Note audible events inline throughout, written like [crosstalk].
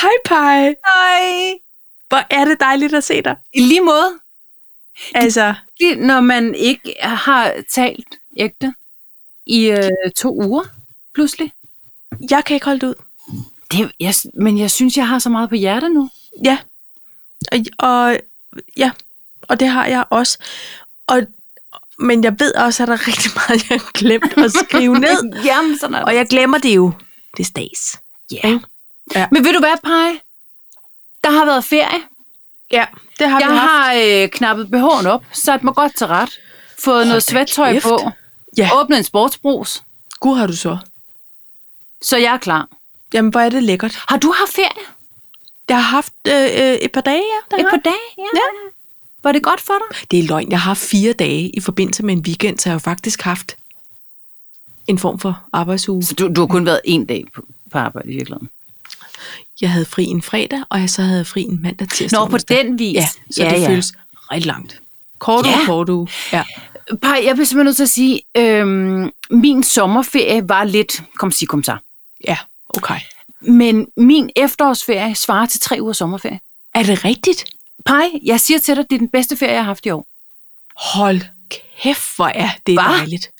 Hej, Paj. Hej. Hvor er det dejligt at se dig. I lige måde, Altså, det, når man ikke har talt ægte i øh, to uger, pludselig. jeg kan ikke holde det ud. Det, jeg, men jeg synes, jeg har så meget på hjerte nu. Ja. Og, og ja, og det har jeg også. Og, men jeg ved også, at der er rigtig meget, jeg har glemt at skrive ned. Jamen, sådan er [laughs] Og jeg glemmer det jo. Det er stas. Ja. Ja. ja. Men ved du hvad, Paj? Der har været ferie. Ja, det har vi Jeg haft. har øh, knappet BH'en op, sat mig godt til ret, fået Hold noget da svættøj kæft. på, Ja, åbnet en sportsbrus, gud har du så. så jeg er klar. Jamen, hvor er det lækkert. Har du haft ferie Jeg har haft øh, øh, et par dage, ja. der et har- par dage? Ja. Var det godt for dig? Det er løgn. Jeg har haft fire dage i forbindelse med en weekend, så jeg har jo faktisk haft en form for arbejdsuge. Så du, du har kun været en dag på, på arbejde i virkeligheden? Jeg havde fri en fredag, og jeg så havde jeg fri en mandag, tirsdag. Nå, og på onsdag. den vis. Ja, så ja, det ja. føles rigtig langt. Kort uge, Ja. kort uge. Ja. Paj, jeg bliver simpelthen nødt til at sige, øhm, min sommerferie var lidt, kom sig, kom så. ja, okay. Men min efterårsferie svarer til tre uger sommerferie. Er det rigtigt? Pej, jeg siger til dig, det er den bedste ferie, jeg har haft i år. Hold kæft, hvor er det Hva? dejligt.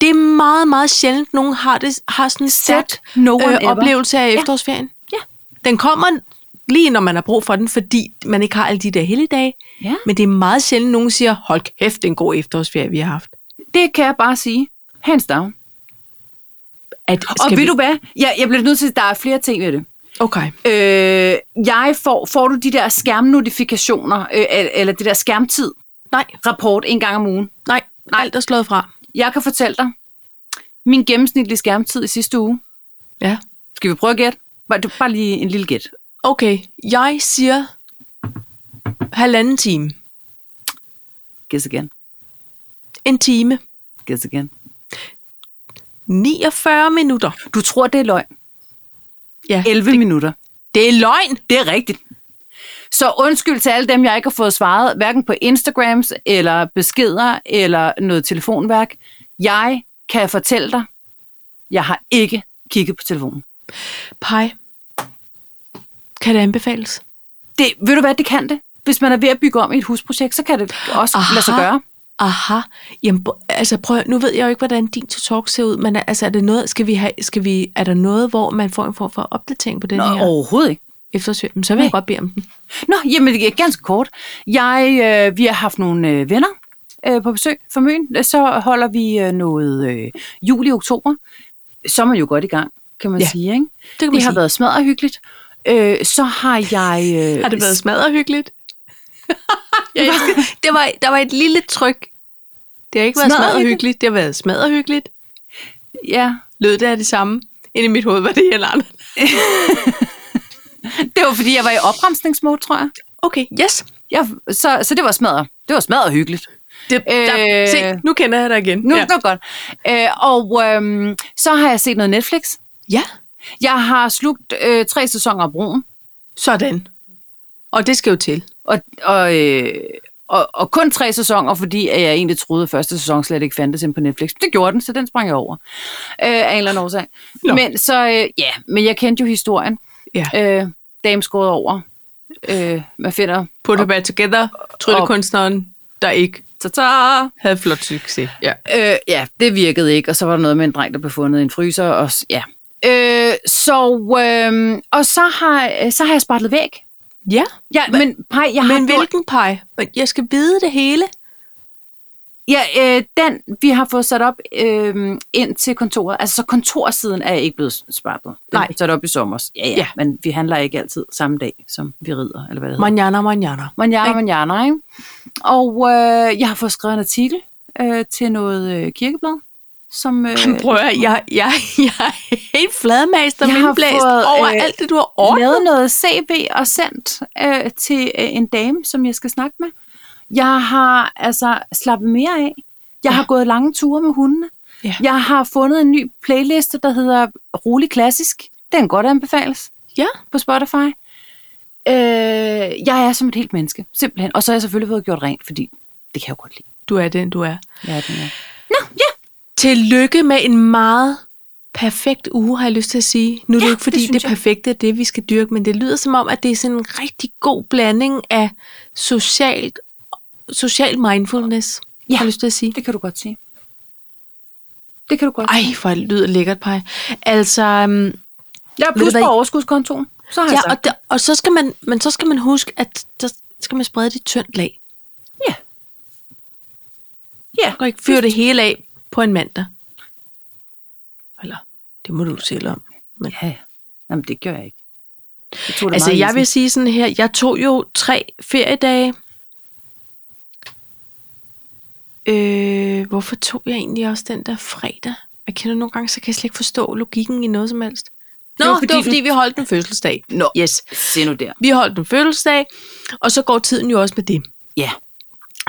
Det er meget, meget sjældent, nogen har, det, har sådan en stærk no one øh, ever. oplevelse af efterårsferien. Ja. Den kommer lige, når man har brug for den, fordi man ikke har alle de der helligdage. Ja. Men det er meget sjældent, nogen siger, hold kæft, det er en god efterårsferie, vi har haft. Det kan jeg bare sige. Hands down. At, og skal ved vi... du hvad? Jeg, jeg bliver nødt til, at der er flere ting ved det. Okay. Øh, jeg får, får du de der skærmnotifikationer, øh, el- eller det der skærmtid Nej, rapport en gang om ugen. nej, nej. alt er slået fra. Jeg kan fortælle dig, min gennemsnitlige skærmtid i sidste uge. Ja. Skal vi prøve at gætte? Bare, du- bare lige en lille gæt. Okay, jeg siger halvanden time. Gæs igen. En time. Gæs igen. 49 minutter. Du tror, det er løgn. Ja, 11 det... minutter. det er løgn. Det er rigtigt. Så undskyld til alle dem, jeg ikke har fået svaret, hverken på Instagrams, eller beskeder, eller noget telefonværk. Jeg kan fortælle dig, jeg har ikke kigget på telefonen. Pej. Kan det anbefales? Det, ved du hvad, det kan det. Hvis man er ved at bygge om i et husprojekt, så kan det også Aha. Aha. lade sig gøre. Aha. Jamen, bo- altså prøv, at- nu ved jeg jo ikke, hvordan din to talk ser ud, men altså, er, det noget, skal vi have, skal vi, er der noget, hvor man får en form for opdatering på den Nå, Nå, her overhovedet ikke. eftersøg? Men Så vil jeg Nej. godt bede om den. Nå, jamen det er ganske kort. Jeg, øh, vi har haft nogle øh, venner øh, på besøg fra Møn. Så holder vi øh, noget øh, juli-oktober. Så er man jo godt i gang, kan man Ja, ja. sige. Ikke? Det, kan man Det har sige. været smadret hyggeligt. Øh, så [laughs] har jeg... Øh, Har det været smadret hyggeligt? [laughs] jeg elsker. [laughs] det var, der var et lille tryk. Det har ikke været Smadret smadret hyggeligt? hyggeligt. Det har været smadret hyggeligt. Ja, Lød det af det samme? Inde i mit hoved var det helt andet. [laughs] det var fordi, jeg var i opremsningsmode, tror jeg. Okay, yes. jeg så, så det var smadret. Det var smadret hyggeligt. Det, der, Øh, se, nu kender jeg dig igen. Nu ja. ja. godt. Øh, og øh, så har jeg set noget Netflix. ja, Jeg har slugt øh, tre sæsoner af Broen. sådan. Og det skal jo til. Og, og, øh, og, og kun tre sæsoner, fordi at jeg egentlig troede, at første sæson slet ikke fandtes inde på Netflix. Men Det gjorde den, så den sprang jeg over øh, af en eller anden årsag. Nå. Men, så, øh, ja, men jeg kendte jo historien. Ja. Øh, dame skåret over. Øh, man finder... Put it back together. Tryllekunstneren, der ikke Ta-ta! havde flot succes. Ja. Øh, ja, det virkede ikke, og så var der noget med en dreng, der blev fundet i en fryser. Og, s- ja. Øh, så, øh, og så har, så har jeg spartlet væk. ja. Ja, men, pej, jeg har Men gjort- hvilken pej? Jeg skal vide det hele. Ja, øh, den vi har fået sat op øh, ind til kontoret. Altså, så kontorsiden er ikke blevet spartlet. Den Nej. blev sat op i sommer. Ja, ja, Ja. ja, men vi handler ikke altid samme dag, som vi rider, eller hvad det hedder. Manjana, manjana. Manjana, Ikke? manjana, ikke? Og øh, jeg har fået skrevet en artikel øh, til noget øh, kirkeblad, som... Øh, Prøv at, høre, jeg, jeg, jeg er helt fladmast og Jeg har mindblæst fået, over øh, alt det, du har ordnet. lavet noget CV og sendt øh, til øh, en dame, som jeg skal snakke med. Jeg har altså slappet mere af. Jeg Ja. ja. har gået lange ture med hundene. Ja. Jeg har fundet en ny playliste, der hedder Rolig Klassisk. Den kan godt anbefales Ja. på Spotify. Øh, jeg er som et helt menneske, simpelthen. Og så har jeg selvfølgelig fået gjort rent, fordi det kan jeg jo godt lide. Du er den, du er. Jeg er den, jeg. er. Tillykke med en meget perfekt uge, har jeg lyst til at sige. Nu er det Ja, ja, ikke, fordi det det, synes det perfekte er det, vi skal dyrke, men det lyder som om, at det er sådan en rigtig god blanding af socialt, social mindfulness, Ja. ja. har jeg lyst til at sige. Det kan du godt sige. Det kan du godt. Ej, hvor det lyder lækkert, Paj. Altså, øhm, jeg er ved du plus hvad, på I- overskudskontoen. Så har ja, jeg ja, sagt. og, der, og så skal man, men så skal man huske, at der skal man sprede det i et tyndt lag. Ja. Ja. Du kan ikke fyre det hele af på en mandag. Eller, det må du selv om. Ja, ja. Jamen, det gør jeg ikke. Jeg tog det Altså, meget ligesom jeg easy. vil sige sådan her, jeg tog jo tre feriedage. Øh, hvorfor tog jeg egentlig også den der fredag? Jeg kender nogle gange, så kan jeg slet ikke forstå logikken i noget som helst. Nå, det var fordi, det var, fordi vi holdt en fødselsdag. Nå. Yes. Se nu der. Vi holdt en fødselsdag, og så går tiden jo også med det. Ja.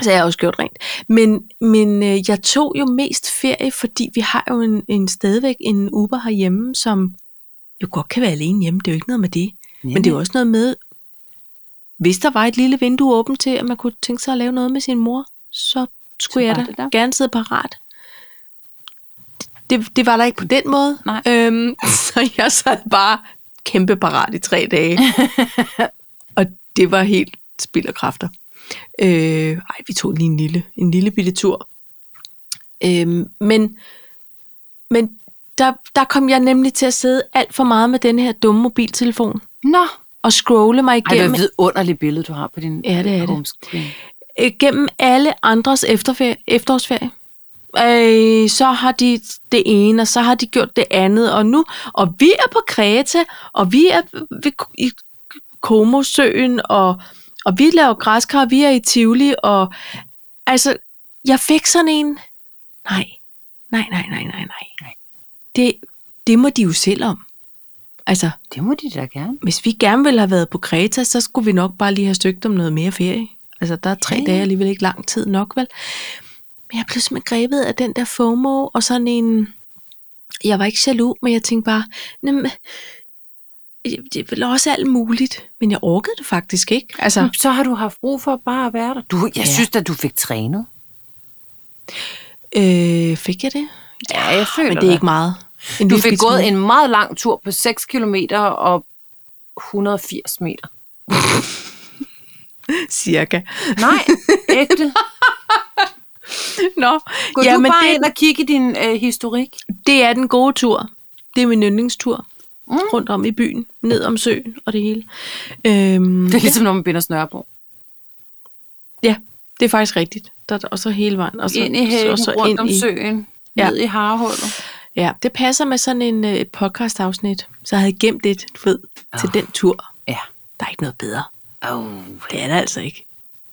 Så jeg har også gjort rent. Men, men øh, jeg tog jo mest ferie, fordi vi har jo en, en stadigvæk en Uber herhjemme, som jo godt kan være alene hjemme. Det er jo ikke noget med det. Men det er jo også noget med, hvis der var et lille vindue åbent til, at man kunne tænke sig at lave noget med sin mor, så skulle Så jeg var da det der. gerne sidde parat. Det, det var der ikke på den måde. Nej. Øhm, [laughs] så jeg sad bare kæmpe parat i tre [laughs] dage. og det var helt spild af kræfter. Øh, ej, vi tog lige en lille, en lille bitte tur. Øhm, men men der, der kom jeg nemlig til at sidde alt for meget med den her dumme mobiltelefon Nå. og scrolle mig Ej, det er igennem, et vidunderligt billede, du har på din Ja, det er det. homescreen. igennem alle andres efterferie, efterårsferie. Øh, så har de det ene, og så har de gjort det andet, og nu, og vi er på Kreta, og vi er ved, i Komosøen, og, og vi laver græskar, og vi er i Tivoli, og altså, jeg fik sådan en, nej, nej, nej, nej, nej, nej. Det, det må de jo selv om. Altså, Det må de da gerne. hvis vi gerne ville have været på Kreta, så skulle vi nok bare lige have søgt om noget mere ferie. Altså, der er tre Ja, ja. dage alligevel ikke lang tid nok, vel? Men jeg blev simpelthen grebet af den der FOMO, og sådan en... Jeg var ikke jaloux, men jeg tænkte bare, "Jamen, det er vel også alt muligt. Men jeg orkede det faktisk ikke. Altså, Så har du haft brug for bare at være der. Du, jeg ja. Ja. synes at du fik trænet. øh, fik jeg det? Ja, jeg Hm. føler Men det er ikke meget. En Du lille fik bitte smule. gået en meget lang tur på 6 km og 180 meter. Cirka. Nej, [laughs] ægte. Nå, Gå ja, du jamen, bare det... det- ind og kigge i din øh, historik. Det er den gode tur. Det er min yndlingstur. Mm. Rundt om i byen, ned om søen og det hele. Øhm, Det er ligesom, når man binder snøre på. ja, det er faktisk rigtigt. Der, og så hele vejen. Og så, Ind i hækken, og så rundt ind om i- søen, Ja. ned i harehullet. Ja, det passer med sådan en øh, podcast-afsnit. Så jeg havde gemt et, du ved, oh. Ah. til den tur. Ja. Der er ikke noget bedre. Oh. Det er der altså ikke.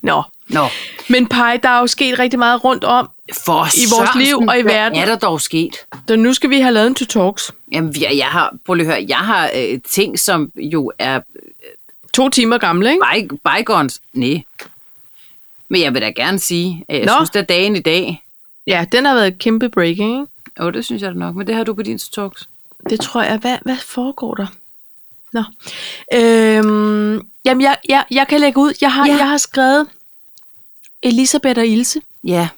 Nå. Nå, Men Paj, der er jo sket rigtig meget rundt om. for I vores liv og i hvad verden. er der dog sket? Så nu skal vi have lavet en to talks. Jamen, jeg, jeg har, prøv lige at høre, jeg har øh, ting, som jo er To timer gamle, ikke? by, bygones. Nej. Men jeg vil da gerne sige, at jeg Nå. Nå. synes, at dagen i dag, Ja, den har været et kæmpe breaking, ikke? jo, det synes jeg da nok, men det har du på din talks. Det tror jeg. Hvad, hvad foregår der? Nå. Øhm, jamen, jeg, jeg, jeg kan lægge ud. Jeg har, Ja. ja. jeg har skrevet Elisabeth og Ilse. Ja.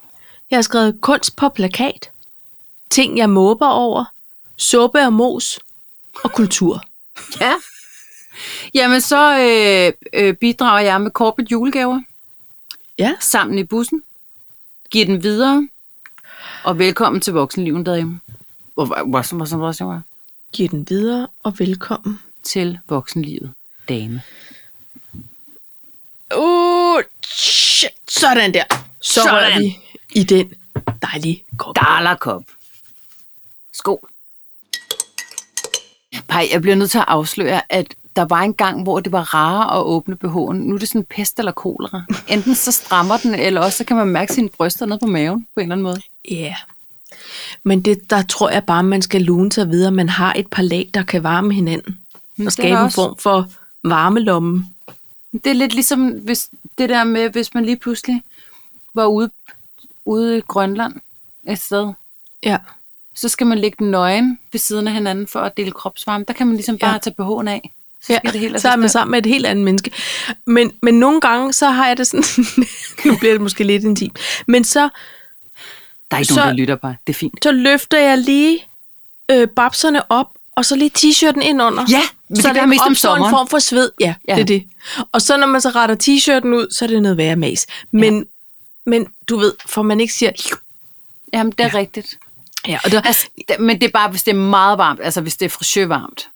Jeg har skrevet kunst på plakat. Ting, jeg måber over. Suppe og mos. Og kultur. Ja. Jamen, så øh, øh, bidrager jeg med corporate julegaver Ja. sammen i bussen. Giv den videre. Og velkommen til voksenlivet derhjemme. Hvor- hvor- hvor- hvor- hvor- hvor- hvor- Giv den videre, og velkommen. Til voksenlivet, dame. Uh, shit. Sådan der. Så Sådan. rører vi i den dejlige kop. Darlerkop. Skål. Pej, jeg bliver nødt til at afsløre, at der var en gang, hvor det var rarere at åbne BH'en. Nu er det sådan pest eller kolera. Enten så strammer den, eller også så kan man mærke sine bryster ned på maven på en eller anden måde. Ja. Yeah. Men det, der tror jeg bare, man skal lune sig videre. Man har et par lag, der kan varme hinanden. Mm, det er og skabe der en også. form for varmelomme. Det er lidt ligesom hvis, det der med, hvis man lige pludselig var ude, ude i Grønland et sted, Ja. så skal man lægge nøgen ved siden af hinanden for at dele kropsvarme. Der kan man ligesom bare ja. Ja. tage BH'en af. Så ja. skal det helt så er man altså- sammen med et helt andet menneske. Men, men nogle gange, så har jeg det sådan... [laughs] nu bliver det måske lidt intimt. Men så, Der er ikke så- nogen, der lytter bare. Det er fint. så løfter jeg lige øh, babserne op, og så lige t-shirten ind under. Ja, men det så gør jeg mest om opstår en sommeren. form for sved. Ja, Ja. ja, det er det. Og så når man så retter t-shirten ud, så er det noget værre mas. Men, ja. men du ved, for man ikke siger... Jamen, det er ja. rigtigt. Ja, og der, Altså, det- men det er bare, hvis det er meget varmt, altså hvis det er frisørvarmt,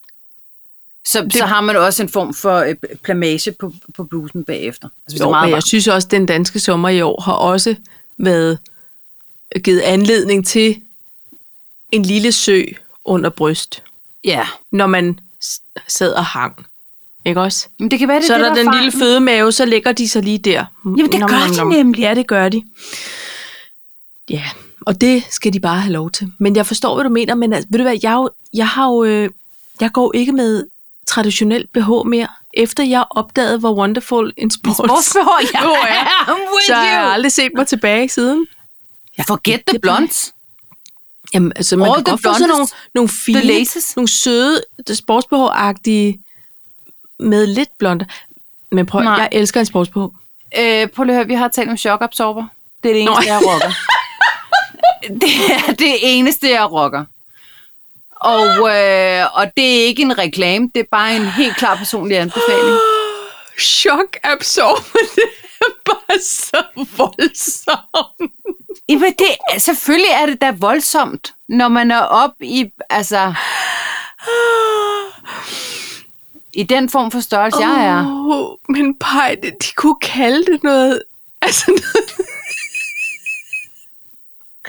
så, det, så har man også en form for øh, plamage på, på blusen bagefter. Altså, hvis det jo, er meget men jeg varmt. synes også, at den danske sommer i år har også været givet anledning til en lille sø under bryst, Ja, når man s- sad og hang. Ikke også? men det kan være, det så er det, der den lille [laughs] fejlen. fødemave, så ligger de sig lige der. Jamen, det gør de nemlig. Ja, det gør de. Ja, og det skal de bare have lov til. Men jeg forstår, hvad du mener, men altså, ved du hvad, jeg, er jo- jeg har jo, øh, jeg går jo ikke med traditionel BH mere, efter jeg opdagede, hvor wonderful en sport, Sportsbehov, ja. Jo, ja. [laughs] I'm with så jeg har you. aldrig set mig tilbage siden. Forget the blondes. Jamen, altså, man All kan the godt få sådan blondest, nogle, nogle fine, the latest. nogle søde sportsbehov-agtige med lidt blonde. Men prøv, Nej. Nej. jeg elsker en sportsbehov. Øh, prøv lige at høre, vi har talt om chokabsorber. Det er det eneste, Nå. jeg [laughs] rocker. det er det eneste, jeg rocker. Og, øh, og det er ikke en reklame, det er bare en helt klar personlig anbefaling. Chokabsorbende er [laughs] bare så voldsomt. Jamen, det, er- selvfølgelig er det da voldsomt, når man er op i, altså, i den form for størrelse, jeg er. Oh, men pej, de, de kunne kalde det noget... [laughs] Altså noget,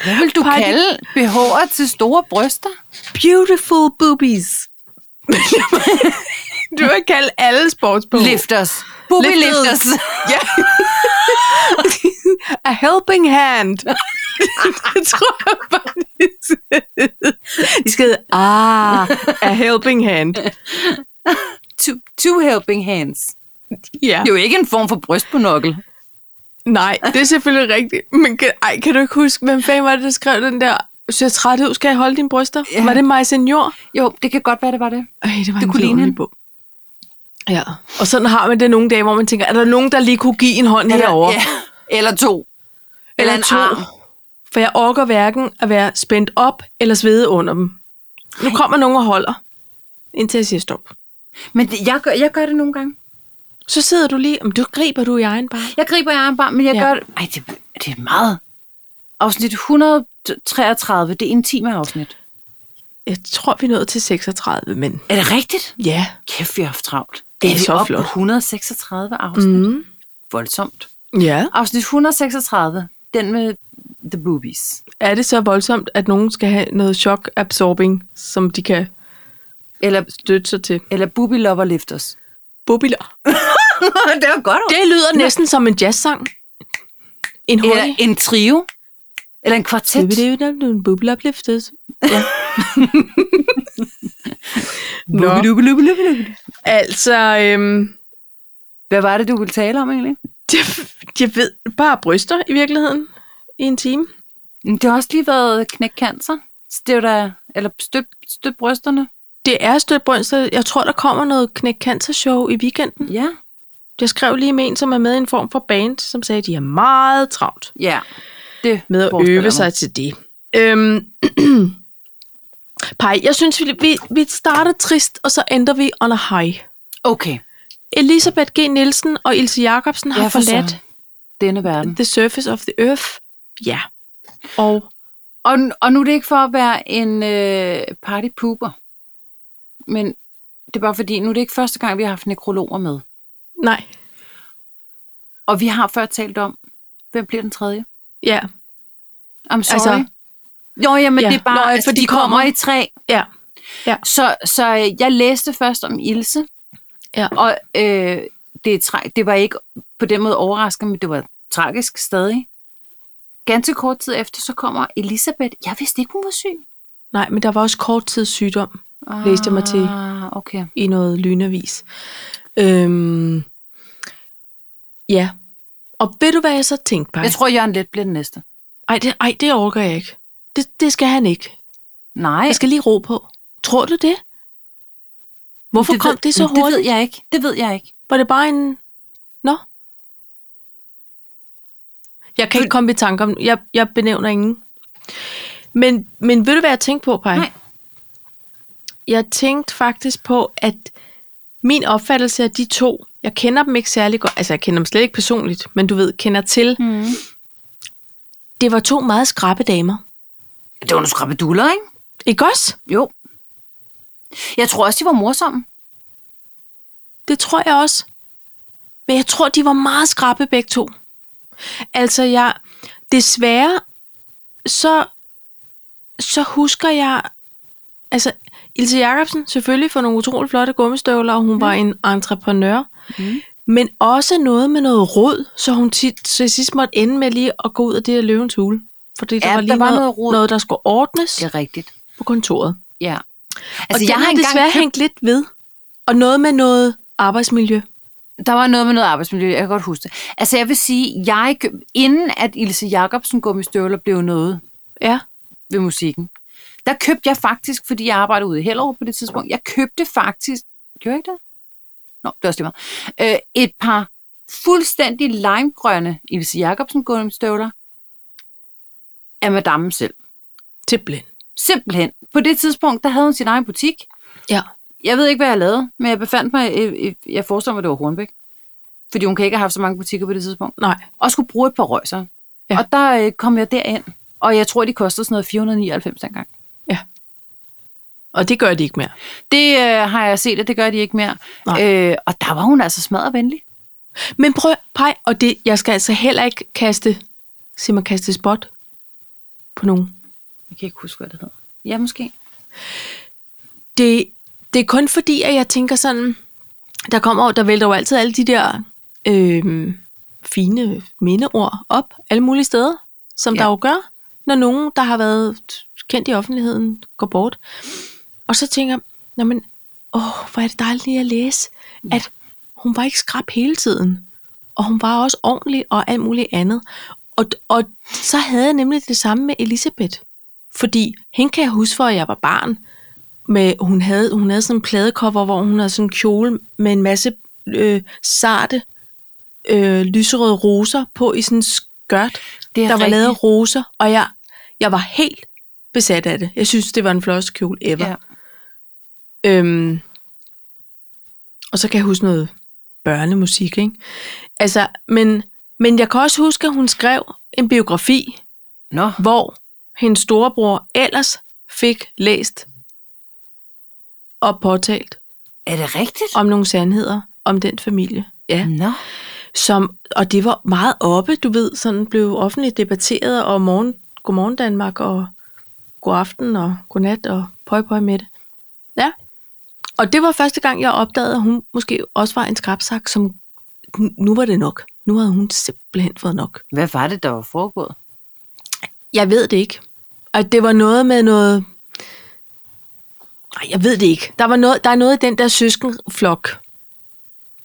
Hvad vil du Pej, de- kalde BH'er til store bryster? beautiful boobies. [laughs] du kan kalde alle sportsbehov. Lifters. Booby lifters. [laughs] Ja. A helping [laughs] hand. det tror jeg bare, de skal- de skal hedde, ah, a helping hand. [laughs] Two, two helping hands. Ja. Det er jo ikke en form for brystmonokkel. Nej, det er selvfølgelig rigtigt. Men kan, ej, kan du ikke huske, hvem fanden var det, der skrev den der, så jeg træt ud, skal jeg holde dine bryster? Ja. Ja. Var det mig senior? Jo, det kan godt være, det var det. Ej, det var det en kunne ligne kunne hende. på. Ja, og sådan har man det nogle dage, hvor man tænker, er der nogen, der lige kunne give en hånd herovre? Ja. Eller to. eller en to. Arm. For jeg orker hverken at være spændt op eller svede under dem. Nu kommer nogen og holder, indtil jeg siger stop. Men det, jeg, gør, jeg gør det nogle gange. Så sidder du lige, om du griber du i egen bare. Jeg griber i armbar, men jeg ja. Ja. gør det. Ej, det, det er meget. Afsnit 133, det er intime afsnit. Jeg tror, vi er nået til 36, men Er det rigtigt? ja. Kæft, vi har haft travlt. Det er vi så oppe flot. på 136 afsnit? Mm. Mm. Voldsomt. Ja. Afsnit 136, den med The Boobies. Er det så voldsomt, at nogen skal have noget chokabsorbing, som de kan Eller, støtte sig til? eller Booby Lover Lifters. Bobiler. [laughs] det var godt. Det lyder næsten som en jazzsang. En Eller hurtig. en trio. Eller en kvartet. Det er jo da en bobilopliftet. [laughs] Ja. Nå. Booby, booby, booby, booby. Altså, øhm, [laughs] Hvad var det, du ville tale om egentlig? Det, jeg ved bare bryster i virkeligheden i en time. Men Det har også lige været knækkancer. Så det er jo da, eller støt, støt brysterne. Det er stødt bryster. Jeg tror, der kommer noget knæk cancer show i weekenden. Ja. Jeg skrev lige med en, som er med i en form for band, som sagde, at de har meget travlt Ja. Det med at forestiller øve mig. sig til det. Øhm, [clears throat] Pej, jeg synes, vi, vi, vi starter trist, og så ændrer vi on a high. Okay. Elisabeth G. Nielsen og Ilse Jacobsen har Ja, ja, for forladt søren. Denne verden. The Surface of the Earth. Ja. Og Og, og nu er det ikke for at være en øh, partypooper. Men det er bare fordi, nu er det ikke første gang, vi har haft nekrologer med. nej, Og vi har før talt om, hvem bliver den tredje? ja, I'm Altså- sorry. Altså, Nå, jamen, Ja, det er bare, nå, Nå, altså, for de, de kommer. kommer i tre. ja. Så, så øh, jeg læste først om Ilse, Ja. og øh, det, er tra- det var ikke på den måde overraskende, men det var tragisk stadig. Ganske kort tid efter, så kommer Elisabeth. Jeg vidste ikke, hun var syg. Nej, men der var også kort tid sygdom. Læste jeg mig til. Ah, okay. i noget lynavis. Øhm, ja. Og ved du, hvad jeg så tænkte, Paj? Jeg tror, Jørgen Let bliver den næste. Ej, det, ej, det overgår jeg ikke. Det, det skal han ikke. Nej. Jeg skal lige ro på. Tror du det? Hvorfor det, kom det så Det ved hurtigt? jeg ikke. Det ved jeg ikke. Var det bare en... Nå? Jeg kan ikke komme i tanke om... Jeg, jeg benævner ingen. Men, men ved du, hvad jeg tænkte på, Paj? Nej. jeg tænkte faktisk på, at min opfattelse af de to, jeg kender dem ikke særlig godt, altså jeg kender dem slet ikke personligt, men du ved, kender til. Mm. Det var to meget skrappe damer. Det var nogle skrabeduller, ikke? Ikke også? Jo. Jeg tror også, de var morsomme. Det tror jeg også. Men jeg tror, de var meget skrappe begge to. Altså, jeg... Desværre, så, så husker jeg... Altså, Ilse Jacobsen selvfølgelig for nogle utrolig flotte gummistøvler, og hun var en entreprenør. Mhm. Mm. Men også noget med noget rod, så hun tit, til sidst måtte ende med lige at gå ud af det her løvens hule. Fordi der Ja, var lige der var noget, noget rod. noget, der skulle ordnes Det er rigtigt. på kontoret. Ja. Altså, og jeg har desværre købt- hængt lidt ved. Og noget med noget arbejdsmiljø. Der var noget med noget arbejdsmiljø, jeg kan godt huske det. Altså jeg vil sige, jeg køb, inden at Ilse Jacobsen gummistøvler blev noget Ja. ved musikken, der købte jeg faktisk, fordi jeg arbejdede ude i Hellerup på det tidspunkt, jeg købte faktisk, gjorde jeg ikke det? Nå, det er også lige meget. Øh, et par fuldstændig limegrønne Ilse Jacobsen gummistøvler af madammen selv. Til blind. Simpelthen. På det tidspunkt, der havde hun sin egen butik. Ja. Jeg ved ikke, hvad jeg lavede, men jeg befandt mig, i- i- jeg forestiller mig, det var Hornbæk. Fordi hun kan ikke have haft så mange butikker på det tidspunkt. Nej. Og skulle bruge et par røjser. Ja. Ja. Og der øh, kom jeg derind, og jeg tror, de kostede sådan noget 499 dengang. Og det gør de ikke mere. Det øh, har jeg set, at det gør de ikke mere. Nej. Øh, og der var hun altså smadret venlig. Men prøv, pej, og det, jeg skal altså heller ikke kaste, sig mig kaste spot på nogen. Jeg kan ikke huske, hvad det hedder. Ja, måske. Det, det er kun fordi, at jeg tænker sådan, der kommer over, der vælter jo altid alle de der øh, fine mindeord op, alle mulige steder, som ja. Ja. der jo gør, når nogen, der har været kendt i offentligheden, går bort. Og så tænker jeg, "Nå, men, åh, hvor er det dejligt lige at læse, ja. at hun var ikke skrab hele tiden. Og hun var også ordentlig og alt muligt andet. Og, og så havde jeg nemlig det samme med Elisabeth. Fordi hende kan jeg huske, for at jeg var barn. Med, hun, havde, hun havde sådan en pladecover, hvor hun havde sådan en kjole med en masse øh, sarte, øh, lyserøde roser på i sådan en skørt, Det der er var rigtigt. lavet af roser. Og jeg, jeg var helt besat af det. Jeg synes, det var en flotteste kjole ever. Ja. Øhm, og så kan jeg huske noget børnemusik, ikke? Altså, men, men jeg kan også huske, at hun skrev en biografi, Nå, hvor hendes storebror ellers fik læst og påtalt er det rigtigt? om nogle sandheder om den familie. Ja. Nå. Som, og det var meget oppe, du ved, sådan blev offentligt debatteret, og morgen, godmorgen Danmark, og god aften, og godnat, og pøj pøj med det. Ja. Og det var første gang, jeg opdagede, at hun måske også var en skrabsak, som nu var det nok. Nu havde hun simpelthen fået nok. Hvad var det, der var foregået? Jeg ved det ikke. Og det var noget med noget... Nej, jeg ved det ikke. Der, var noget, der er noget i den der søskenflok,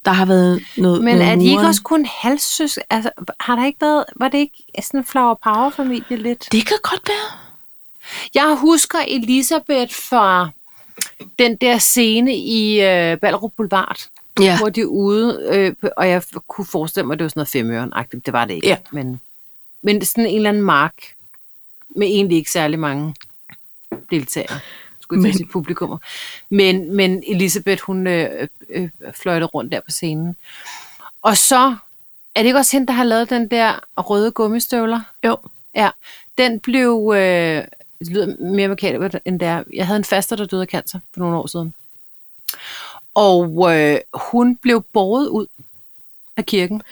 der har været noget Men noget er de ikke murren. også kun halvsøs? Altså, har der ikke været, var det ikke sådan en flower power familie lidt? Det kan godt være. Jeg husker Elisabeth fra den der scene i øh, Ballerup Boulevard, Ja. hvor de er ude, øh, og jeg kunne forestille mig, at det var sådan noget femøren-agtigt. Det var det ikke. Ja. Men, men sådan en eller anden mark med egentlig ikke særlig mange deltagere, skulle jeg til at Men- sige publikummer. Men, men Elisabeth, hun øh, øh, fløjtede rundt der på scenen. Og så er det ikke også hende, der har lavet den der røde gummistøvler? Jo. Ja, den blev... Øh, det lyder mere makabert, end det er. Jeg havde en faster, der døde af cancer for nogle år siden. Og øh, hun blev båret ud af kirken.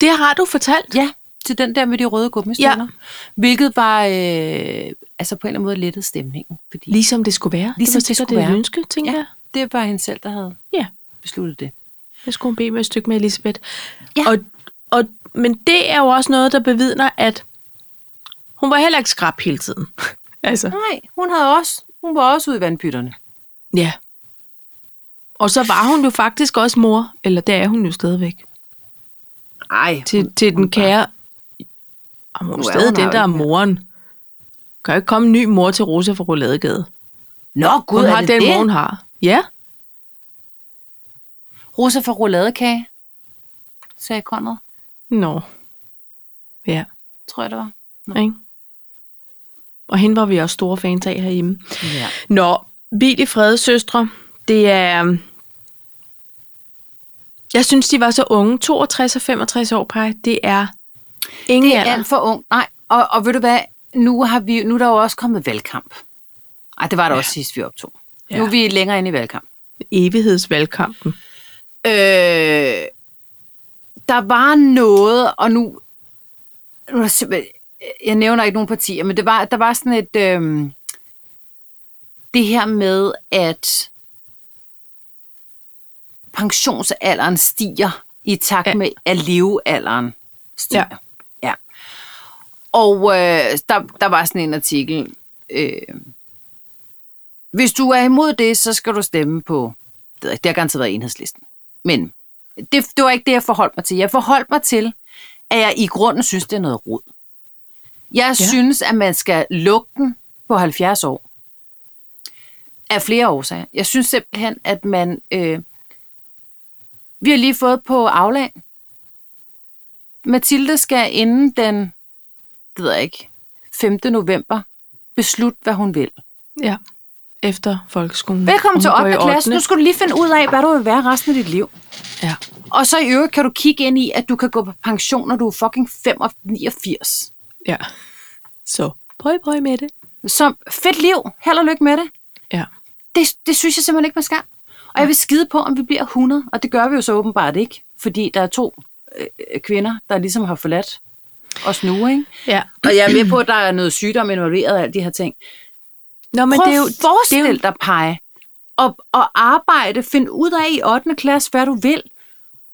Det har du fortalt. Ja, til den der med de røde gummistøvler. Ja. Hvilket var øh, altså på en eller anden måde lettede stemningen. Fordi Ligesom det skulle være. Ligesom var det sikkert skulle et være. ønske, tænker ja. ja, jeg. det var hende selv, der havde Ja. besluttet det. Jeg skulle hun bede med et stykke med Elisabeth. Ja. Og, og, men det er jo også noget, der bevidner, at hun var heller ikke skrab hele tiden. [laughs] altså. Nej, hun, havde også, hun var også ude i vandpytterne. Ja. Og så var hun jo faktisk også mor, eller det er hun jo stadigvæk, Nej, til, til den kære... Jamen, hun Nu er er stadig hun her den, jo der er ikke mere. moren. Kan jo ikke komme en ny mor til Rosa fra Rouladegade. Nå, gud, Hun er har det den det? mor, hun har. Ja. Rosa for rouladekage, sagde Conrad, Nå. Ja. tror jeg, det var. Ikke? Og hende var vi også store fans af herhjemme. Ja. Nå, Hvil i fred, søstre. Det er... Jeg synes, de var så unge. 62 og 65 år, Paj. Det er ingen Det er alder. alt for ung. Nej, og, og ved du hvad, nu, har vi, nu er der jo også kommet valgkamp. Ej, det var der ja. også sidst, vi optog. Ja. Nu er vi længere inde i valgkamp. Evighedsvalgkampen. Øh, der var noget, og nu... nu er der simpelthen- jeg nævner ikke nogen partier, men det var, der var sådan et... Øh, det her med, at pensionsalderen stiger i takt Ja. ja. med, at levealderen stiger. Ja. ja. Og øh, der, der var sådan en artikel... Øh, hvis du er imod det, så skal du stemme på... Det, ved jeg ikke, det har garanteret været enhedslisten. Men det, det var ikke det, jeg forholdt mig til. Jeg forholdt mig til, at jeg i grunden synes, det er noget rod. Jeg ja. synes, at man skal lukke den på 70 år. Af flere årsager. Jeg synes simpelthen, at man... Øh, vi har lige fået på aflag. Mathilde skal inden den, det ved jeg ikke, 5. november beslutte, hvad hun vil. Ja. Efter folkeskolen. Velkommen Og til hun går i 8. klasse. ottende. Nu skal du lige finde ud af, hvad du vil være resten af dit liv. Ja. Og så i øvrigt kan du kigge ind i, at du kan gå på pension, når du er fucking 85. ja. Så prøv, prøv med det. Så fedt liv. Held og lykke med det. Ja. det. Det synes jeg simpelthen ikke, man skal. Og jeg vil skide på, om vi bliver 100. Og det gør vi jo så åbenbart ikke. Fordi der er to øh, øh, kvinder, der ligesom har forladt os nu, ikke? Ja. Og jeg er med på, at der er noget sygdom involveret og alle de her ting. Nå, men Men Prøv det er jo... at forestille det er jo- det dig, Paj, og, og arbejde, find ud af i 8. klasse, hvad du vil.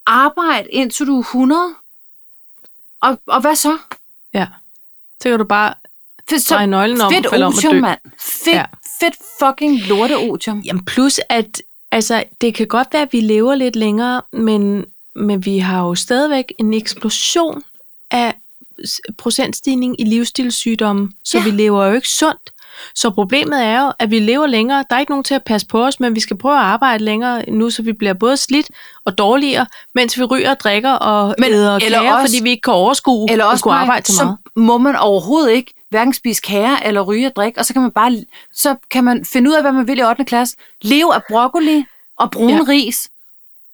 Arbejde indtil du er 100. Og, og hvad så? Ja. Så kan du bare Fedt, så Dreje nøglen om og fedt falde om og otium, dø. mand. Fedt, Ja. Uh, ja. fedt fucking lorte otium. Jamen plus, at altså, det kan godt være, at vi lever lidt længere, men, men vi har jo stadigvæk en eksplosion af s- procentstigning i livsstilssygdomme, så ja. Ja. vi lever jo ikke sundt. Så problemet er jo, at vi lever længere. Der er ikke nogen til at passe på os, men vi skal prøve at arbejde længere nu, så vi bliver både slidt og dårligere, mens vi ryger og drikker og men, Men- æder og eller klager, også- fordi vi ikke kan overskue Eller at også skulle Maj, arbejde så meget. så må man overhovedet ikke hverken spise kager eller ryge og drikke, og så kan man bare så kan man finde ud af, hvad man vil i 8. klasse. Leve af broccoli og brun Ja. ja. ris,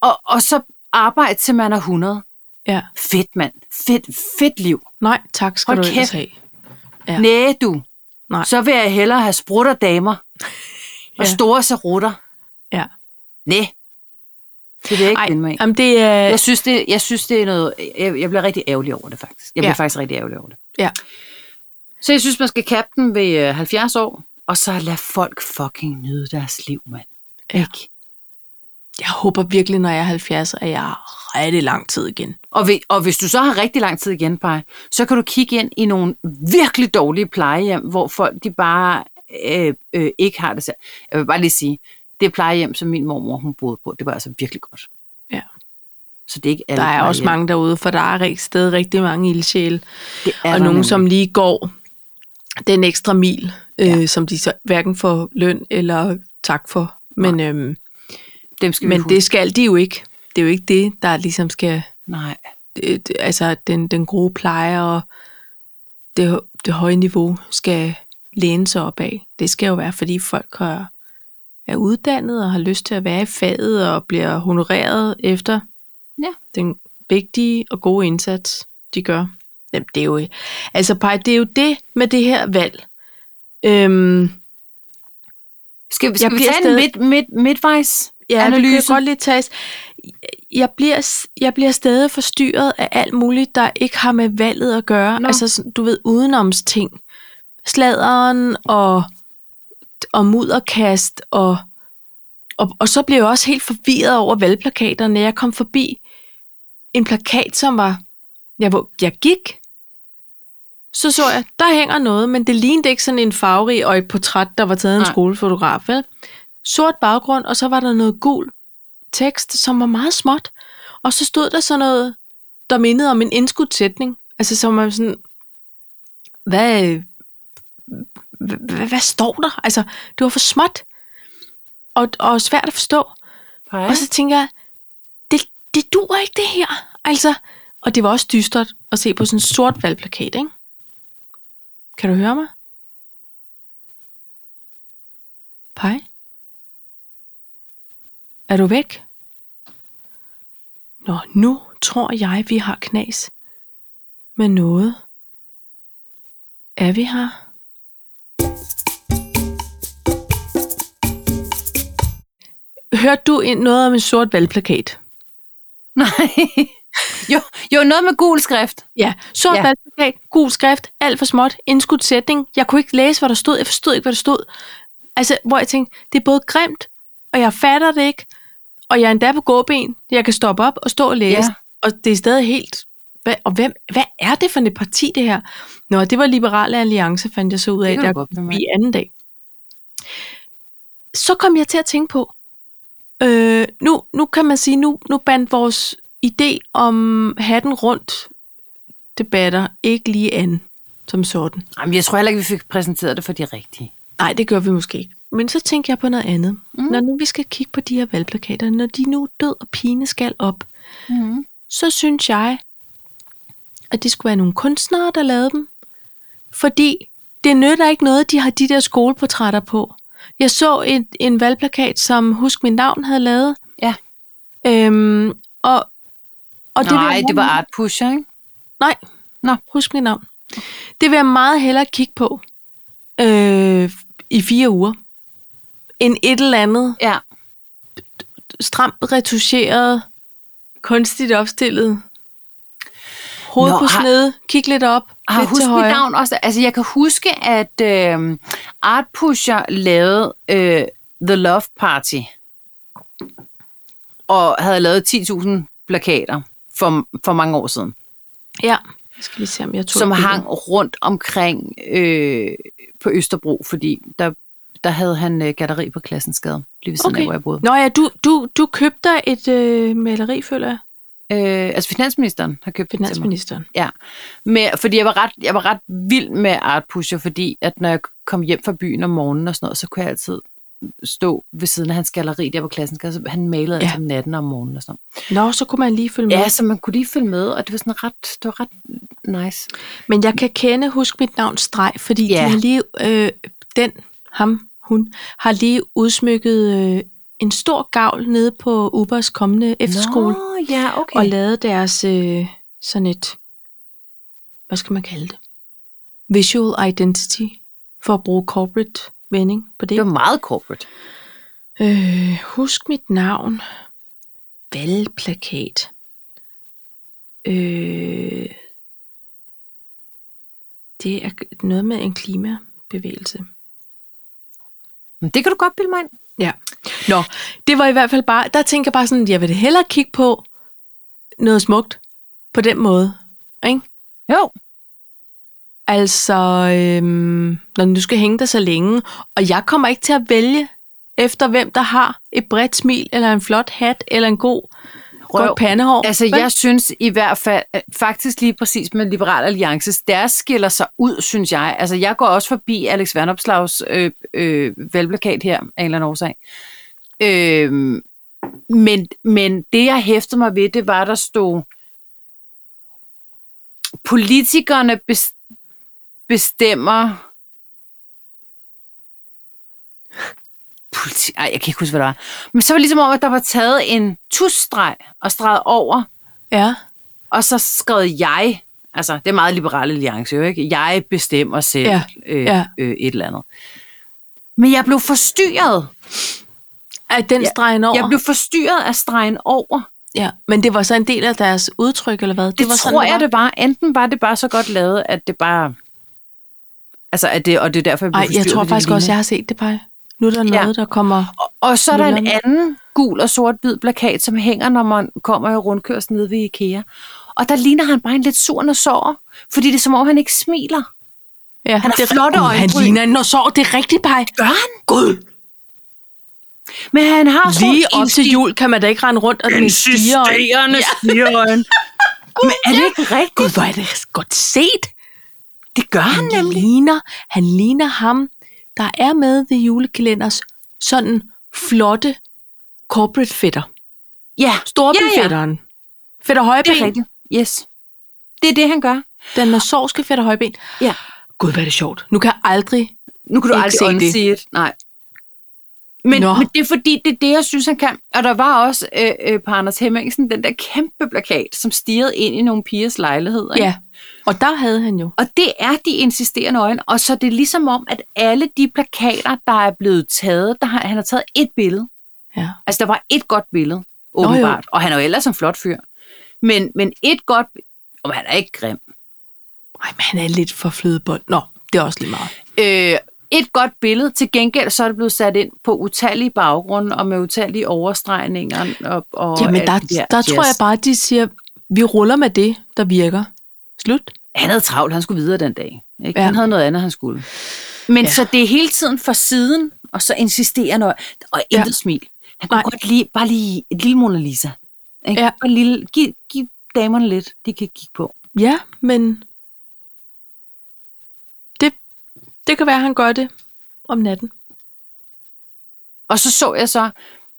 og, og så arbejde til man er 100. Ja. Fedt, mand. Fedt, fedt liv. Nej, tak skal Hold du ellers kæft. have. Ja. Ja. Næ, du. Nej. Så vil jeg hellere have sprutterdamer Ja. og store sarutter. Ja. Næ. Det vil jeg ikke Ej, øh, finde mig i. jamen det er... Jeg synes, det, jeg synes, det er noget... Jeg, jeg bliver rigtig ærgerlig over det, faktisk. Jeg bliver Ja. ja. faktisk rigtig ærgerlig over det. Ja. Så jeg synes, man skal kappe den ved øh, 70 år, og så lad folk fucking nyde deres liv, mand. Ja. Ja. Ikke? jeg håber virkelig, når jeg er 70, at jeg har rigtig lang tid igen. Og, ved, og hvis du så har rigtig lang tid igen, Paj, så kan du kigge ind i nogle virkelig dårlige plejehjem, hvor folk de bare øh, øh, ikke har det selv. Jeg vil bare lige sige, det plejehjem, som min mormor hun boede på, det var altså virkelig godt. Ja. Så det er ikke alle Der er også plejehjem. mange derude, for der er rig- stadig rigtig mange ildsjæle, Det er og der nogen, nemlig. som lige går den ekstra mil, øh, Ja. som de så hverken får løn eller tak for. Men, øhm, Dem skal vi men huske. det skal de jo ikke. Det er jo ikke det, der ligesom skal... Nej. Øh, d- altså, den, den gode pleje og det, hø- det høje niveau skal læne sig op af. Det skal jo være, fordi folk har, er uddannet og har lyst til at være i faget og bliver honoreret efter Ja. den vigtige og gode indsats, de gør. Jamen, det er jo, altså, Paj, det er jo det med det her valg. Øhm, Skal, vi- Jeg skal vi bliver tage en stadig- midt, midt, midtvejs? ja, Analyse. det Analyse. kan godt lige tages. Jeg bliver, s- jeg bliver stadig forstyrret af alt muligt, der ikke har med valget at gøre. Nå. Altså, sådan, du ved, udenoms ting. Sladeren og, og mudderkast og, og, og så blev jeg også helt forvirret over valgplakaterne. Jeg kom forbi en plakat, som var, jeg, hvor- jeg gik, så så jeg, der hænger noget, men det lignede ikke sådan en farverig og et portræt, der var taget af en Nej. skolefotograf, vel? Sort baggrund, og så var der noget gul tekst, som var meget småt. Og så stod der sådan noget, der mindede om en indskudt sætning. Altså, som man sådan, hvad, øh, h- h- hvad står der? Altså, det var for småt og, og svært at forstå. Pej. Og så tænker jeg, det, det dur ikke det her. Altså, og det var også dystert at se på sådan en sort valgplakat, ikke? Kan du høre mig? Pej? Er du væk? Nå, nu tror jeg, vi har knas med noget. Er vi her? Hørte du en- noget om en sort valgplakat? [laughs] Nej. Jo, jo, noget med gul skrift. Ja, sort Ja. ja. valgplakat, gul skrift, alt for småt, indskudt sætning. Jeg kunne ikke læse, hvad der stod. Jeg forstod ikke, hvad der stod. Altså, hvor jeg tænkte, det er både grimt, og jeg fatter det ikke, og jeg er endda på gåben. Jeg kan stoppe op og stå og læse, Ja. ja. og det er stadig helt... Hvad, og hvem, hvad er det for et parti, det her? Nå, det var Liberale Alliance, fandt jeg så ud af, Det kan der du godt bemærke. i anden dag. Så kom jeg til at tænke på, øh, nu, nu kan man sige, nu, nu bandt vores idé om hatten rundt debatter ikke lige an som sådan. Jamen, jeg tror heller ikke, vi fik præsenteret det for de rigtige. Nej, det gør vi måske ikke. Men så tænkte jeg på noget andet. Mm. Mm. Når nu vi skal kigge på de her valgplakater, når de nu død og pine skal op, Mm. så synes jeg, at det skulle være nogle kunstnere, der lavede dem. Fordi det nytter ikke noget, de har de der skoleportrætter på. Jeg så et, en valgplakat, som Husk Mit Navn havde lavet. Ja. Øhm, og, og det vil Nej, jeg det var meget- art pusher, ikke? Nej. Nå. Husk Mit Navn. Det vil jeg meget hellere kigge på øh, i fire uger, end et eller andet Ja. stramt retuscheret, kunstigt opstillet. Hoved Nå, på har- snede, kig lidt op, Har lidt til Ah, husk mit højre. navn også. Altså, jeg kan huske, at øh, Art Pusher lavede øh, The Love Party. Og havde lavet 10.000 plakater for, for mange år siden. Ja, Nu skal vi se, om jeg tog som et billede. hang rundt omkring øh, på Østerbro, fordi der, der havde han øh, galeri på Klassensgade, lige ved siden okay. af, Okay. hvor jeg boede. Nå ja, du, du, du købte dig et øh, maleri, føler jeg. Øh, altså finansministeren har købt det til mig. Finansministeren. Med, fordi jeg var, ret, jeg var ret vild med Art Pusher, fordi at når jeg kom hjem fra byen om morgenen og sådan noget, så kunne jeg altid stå ved siden af hans galeri der på Klassensgade, så han malede ja. Ja. Mm. altså om natten og om morgenen og sådan Nå, så kunne man lige følge med. noget. Ja, så man kunne lige følge med, og det var sådan ret, det var ret nice. Men jeg kan kende Husk mit navn streg, fordi Ja. yeah. de har lige, øh, den, ham, hun, har lige udsmykket øh, en stor gavl nede på Ubers kommende efterskole, Nå, ja, okay. og lavet deres øh, sådan et, hvad skal man kalde det, visual identity, for at bruge corporate vending på det. det var meget corporate. Øh, husk mit navn. Valgplakat. Øh, det er g- noget med en klimabevægelse. Men det kan du godt bilde mig ind. Ja. Nå, det var i hvert fald bare, der tænker jeg bare sådan, jeg vil hellere kigge på noget smukt på den måde. Ikke? Jo. Altså, øhm, når du skal hænge dig så længe, og jeg kommer ikke til at vælge efter hvem der har et bredt smil, eller en flot hat, eller en god Røv. godt pandehår. Altså, Vel? jeg synes i hvert fald, øh, faktisk lige præcis med Liberal Alliance, der skiller sig ud, synes jeg. Altså, jeg går også forbi Alex Vandopslags øh, øh, valgplakat her, af en eller anden årsag. Øh, men, men det, jeg hæftede mig ved, det var, der stod, politikerne bes- bestemmer... Politi- Ej, jeg kan ikke huske, hvad det var. Men så var det ligesom om, at der var taget en tusstreg og streget over, Ja. og så skrev jeg, altså det er meget liberale alliance jo, ikke? Jeg bestemmer selv Ja, øh, ja. Øh, et eller andet. Men jeg blev forstyrret. At den Ja, stregen over. Jeg blev forstyrret af stregen over. ja. Men det var så en del af deres udtryk, eller hvad? Det, det var var sådan, tror jeg, var. det var. Enten var det bare så godt lavet, at det bare... Altså, at det, og det er derfor, jeg blev Ej, forstyrret. jeg tror ved det faktisk lignende. også, jeg har set det, Paj. Nu er der Ja. noget, der kommer... Og så er der en Nullerne. anden gul og sort-hvid plakat, som hænger, når man kommer i rundkørslen nede ved IKEA. Og der ligner han bare en lidt sur nosår, fordi det er som om, han ikke smiler. Ja, Han har det er- flotte Uh, Han øjenbryn. ligner en sår. Det er rigtigt, Paj. Gør han? Gud, Men han har sådan lige en op til jul kan man da ikke rende rundt og den stiger. insisterende [laughs] stigerøjen. Men er det ikke rigtigt? Gud, hvor er det godt set. Det gør han Han nemlig. ligner, han ligner ham, der er med ved julekalenders sådan flotte corporate fætter. Ja, Storbyen Fætter det er højben. rigtigt. Yes. Det er det, han gør. Den norsorske fætter højben. Ja. Gud, hvor er det sjovt. Nu kan jeg aldrig... Nu kan du Ikke aldrig se det. åndsige det. Nej. Men, Nå. men det er fordi, det er det, jeg synes, han kan. Og der var også øh, øh, på Anders Hemmingsen den der kæmpe plakat, som stirrede ind i nogle pigers lejligheder. ikke? Ja. Og der havde han jo. Og det er de insisterende øjne. Og så er det er ligesom om, at alle de plakater, der er blevet taget, der har, han har taget et billede. Ja. Altså, der var et godt billede, jo. åbenbart. og han er jo ellers en flot fyr. Men, men et godt... Og han er ikke grim. Ej, men han er lidt for flødebold. Nå, det er også lige meget. Øh, et godt billede. Til gengæld så er det blevet sat ind på utallige baggrunde og med utallige overstregninger. Og, og Jamen, alt der, det der tror jeg bare, de siger, vi ruller med det, der virker. Slut. Han havde travlt, han skulle videre den dag. Ikke? Ja. Ja. Han havde noget andet, han skulle. Men Ja. ja. så det er hele tiden fra siden, og så insisterer noget, og Ja. intet ja. smil. Han kunne Nej. Nej. godt lide, bare lige et lille Mona Lisa. Ikke? Ja. Bare en lille, giv, giv damerne lidt, de kan kigge på. Ja, men det, det kan være, han gør det om natten. Og så så jeg så,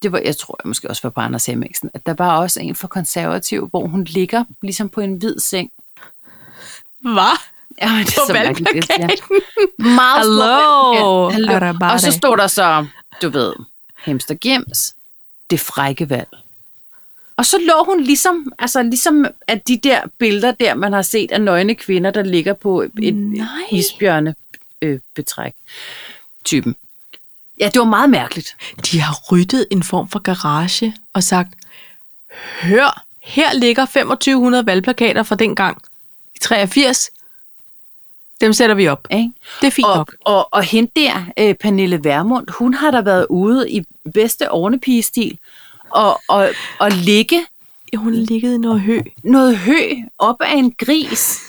det var, jeg tror jeg måske også var på Anders Hemmingsen, at der var også en for konservativ, hvor hun ligger ligesom på en hvid seng. Hvad? Ja, men det På er så mærkeligt. det- Ja. valgplakaten? Meget stor Hallo, valgplakat. Hallo. Arabare. Og så stod der så, du ved, Hemster Gems, det frække valg. Og så lå hun ligesom, altså ligesom at de der billeder der, man har set af nøgne kvinder, der ligger på et Nej. isbjørne øh, betræk typen. Ja, det var meget mærkeligt. De har ryddet en form for garage og sagt, hør, her ligger 2500 valgplakater fra dengang i 83. Dem sætter vi op. Ikke? Det er fint og, nok. Og, og hende der, øh, Pernille Vermund, hun har da været ude i bedste ordnepigestil og, og, og ligge Hun liggede i noget hø. noget hø op af en gris.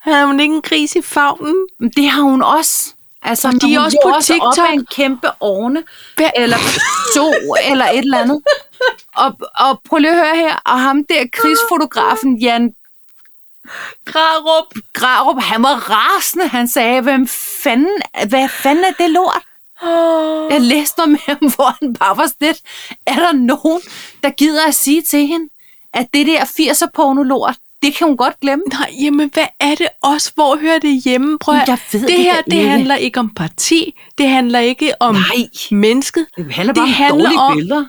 Havde hun ikke en gris i favnen? Men Det har hun også. Altså, Og men de er hun også lå på Op TikTok. af en kæmpe ovne, Hvad? eller so, eller et eller andet. Og, og prøv lige at høre her, og ham der krigsfotografen Jan Krarup. Grarup, han var rasende. Han sagde, hvem fanden, hvad fanden er det lort? Oh. Jeg læste noget med ham, [laughs] hvor han bare var sådan lidt, er der nogen, der gider at sige til hende, at det der 80'er porno lort, det kan hun godt glemme. Nej, jamen hvad er det også? Hvor hører det hjemme? Prøv at- Jeg ved det det her, da det ikke. handler ikke om parti. Det handler ikke om Nej. mennesket. Det handler Det bare om handler dårlige om- billeder.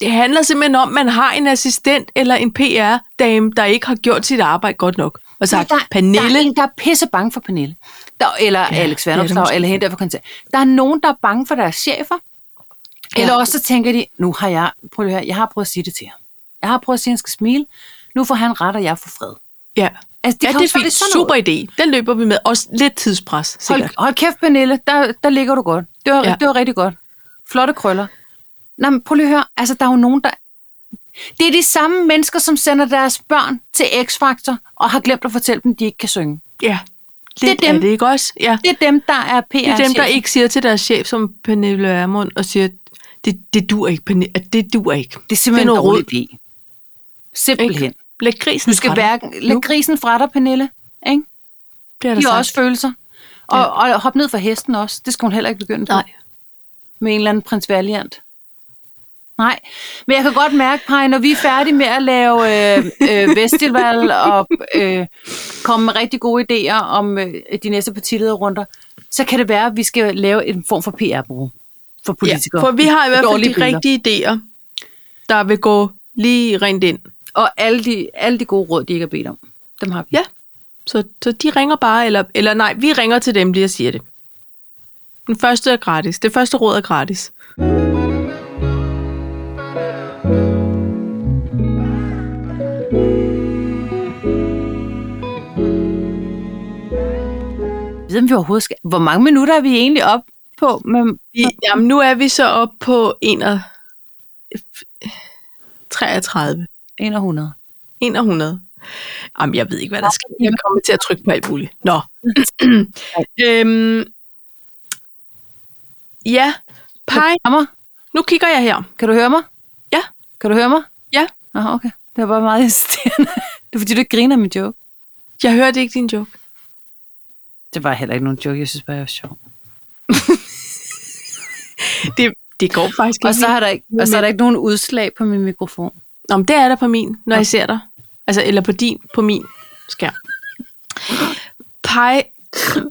Det handler simpelthen om, at man har en assistent eller en PR-dame, der ikke har gjort sit arbejde godt nok. Og sagt, der, Altså, Der er Pernille, en, der er pisse bange for Pernille. Der, eller ja, Alex det er der Vandopslag, måske. eller hende der for koncert. Der er nogen, der er bange for deres chefer. Ja. Ja. Eller også så tænker de, nu har jeg, prøv lige at høre, jeg har prøvet at sige det til ham. Jeg har prøvet at sige, at han skal smile. Nu får han ret, og jeg får fred. ja, Altså, det, ja, kan det også er være, fint. sådan Super noget. idé. Den løber vi med. Også lidt tidspres, sikkert. Hold, hold kæft, Pernille, der, der ligger du godt. Det var, Ja. ja. det var rigtig godt. Flotte krøller. Nå, men prøv lige at høre, altså der er jo nogen, der... Det er de samme mennesker, som sender deres børn til X-Factor, og har glemt at fortælle dem, de ikke kan synge. Ja, er lidt det er, dem. det ikke også? Ja. Det er dem, der er pr Det er dem, der ikke siger til deres chef, som Pernille Vermund, og siger, det, det dur ikke, Pernille, at det dur ikke. Det er simpelthen Det er det noget en dårlig idé. Simpelthen. Ikke? Læg grisen Du skal fra dig. hverken Nu. lægge grisen fra dig, Pernille. Ikke? Det er der De har sagt. også følelser. Og, og hop ned fra hesten også. Det skal hun heller ikke begynde på. Nej. Med en eller anden prins Valiant. Nej, men jeg kan godt mærke, Paj, når vi er færdige med at lave øh, øh, festival og øh, komme med rigtig gode idéer om øh, de næste partilederrunder, så kan det være, at vi skal lave en form for PR-bureau for politikere. Ja, for vi har i hvert fald Dårlige de billeder. rigtige idéer, der vil gå lige rent ind. Og alle de, alle de gode råd, de ikke har bedt om, dem har vi. Ja. Så, så de ringer bare, eller, eller nej, vi ringer til dem, lige og siger det. Den første er gratis. Det første råd er gratis. Jeg ved, om vi overhovedet skal... Hvor mange minutter er vi egentlig op på? Men Vi, jamen, nu er vi så oppe på 33. 100. 100. Jamen, jeg ved ikke, hvad der skal. Jeg kommer til at trykke på alt muligt. [clears throat] Nå. øhm, ja, Pai, Kan du høre mig? nu kigger jeg her. Kan du høre mig? Ja. Kan du høre mig? Ja. Aha, okay. Det var bare meget [laughs] irriterende. Det er fordi, du ikke griner af min joke. Jeg hørte ikke din joke. Det var heller ikke nogen joke. Jeg synes bare, jeg var sjov. Det, det går faktisk Og så, ikke. har der ikke, og så er der ikke nogen udslag på min mikrofon. Nå, men det er der på min, når jeg ser dig. Altså, eller på din, på min skærm. Pai,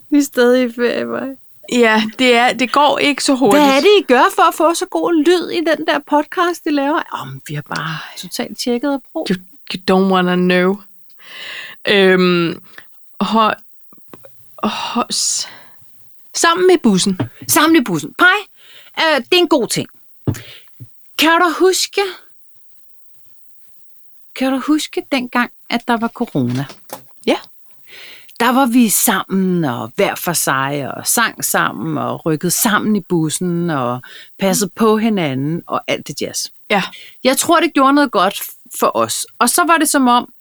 Vi er stadig i ferie, mig. Ja, det, er, det går ikke så hurtigt. Hvad er det, I gør for at få så god lyd i den der podcast, I laver? Om vi har bare totalt tjekket og brugt. You, you don't wanna know. Øhm, hå, hå, s- sammen med bussen. Samle bussen. Pej, øh, det er en god ting. Kan du huske, kan du huske dengang, at der var corona? Ja. Der var vi sammen og hver for sig og sang sammen og rykkede sammen i bussen og passede på hinanden og alt det jazz. Ja. Jeg tror, det gjorde noget godt for os. Og så var det som om,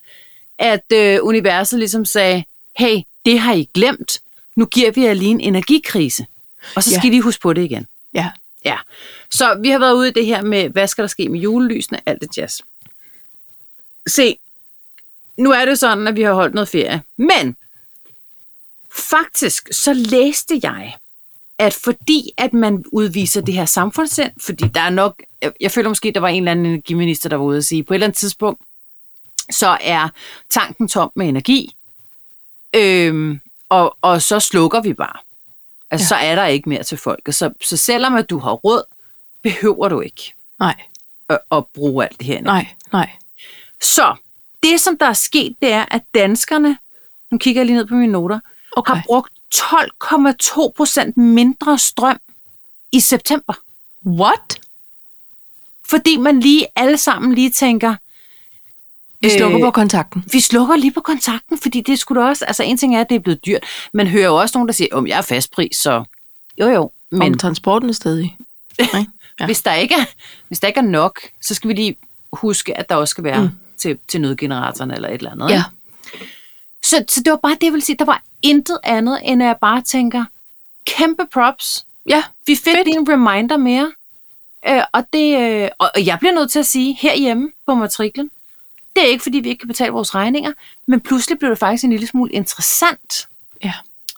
at øh, universet ligesom sagde, hey, det har I glemt. Nu giver vi jer lige en energikrise. Og så Ja. skal I lige huske på det igen. Ja. Ja. Så vi har været ude i det her med, hvad skal der ske med julelysene, alt det jazz. Se, nu er det sådan, at vi har holdt noget ferie. Men faktisk så læste jeg, at fordi at man udviser det her samfundssind, fordi der er nok, jeg, jeg føler måske, der var en eller anden energiminister, der var ude og sige, på et eller andet tidspunkt, så er tanken tom med energi, øhm, og, og så slukker vi bare. Altså, ja. så er der ikke mere til folket. Så, så selvom at du har råd, behøver du ikke Nej, at, at bruge alt det her. energi. nej, nej. Så det, som der er sket, det er, at danskerne, nu kigger jeg lige ned på mine noter, Okay. har brugt 12,2 procent mindre strøm i september. What? Fordi man lige alle sammen lige tænker, Vi slukker Øh, på kontakten. vi slukker lige på kontakten, fordi det skulle også, altså en ting er, at det er blevet dyrt. Man hører jo også nogen, der siger, om jeg er fastpris, så jo jo, men Men Om transporten er stadig. Ikke? Ja. Hvis, der ikke er, hvis der ikke er nok, så skal vi lige huske, at der også skal være mm. til, til nødgeneratoren eller et eller andet. Ja. ikke? Så, så det var bare det, jeg ville sige. Der var intet andet, end at jeg bare tænker, kæmpe props. Ja. Vi fik Fedt. Fedt. lige en reminder mere. Øh, og, det, øh, og og jeg bliver nødt til at sige, herhjemme på matriklen, det er ikke, fordi vi ikke kan betale vores regninger, men pludselig blev det faktisk en lille smule interessant ja.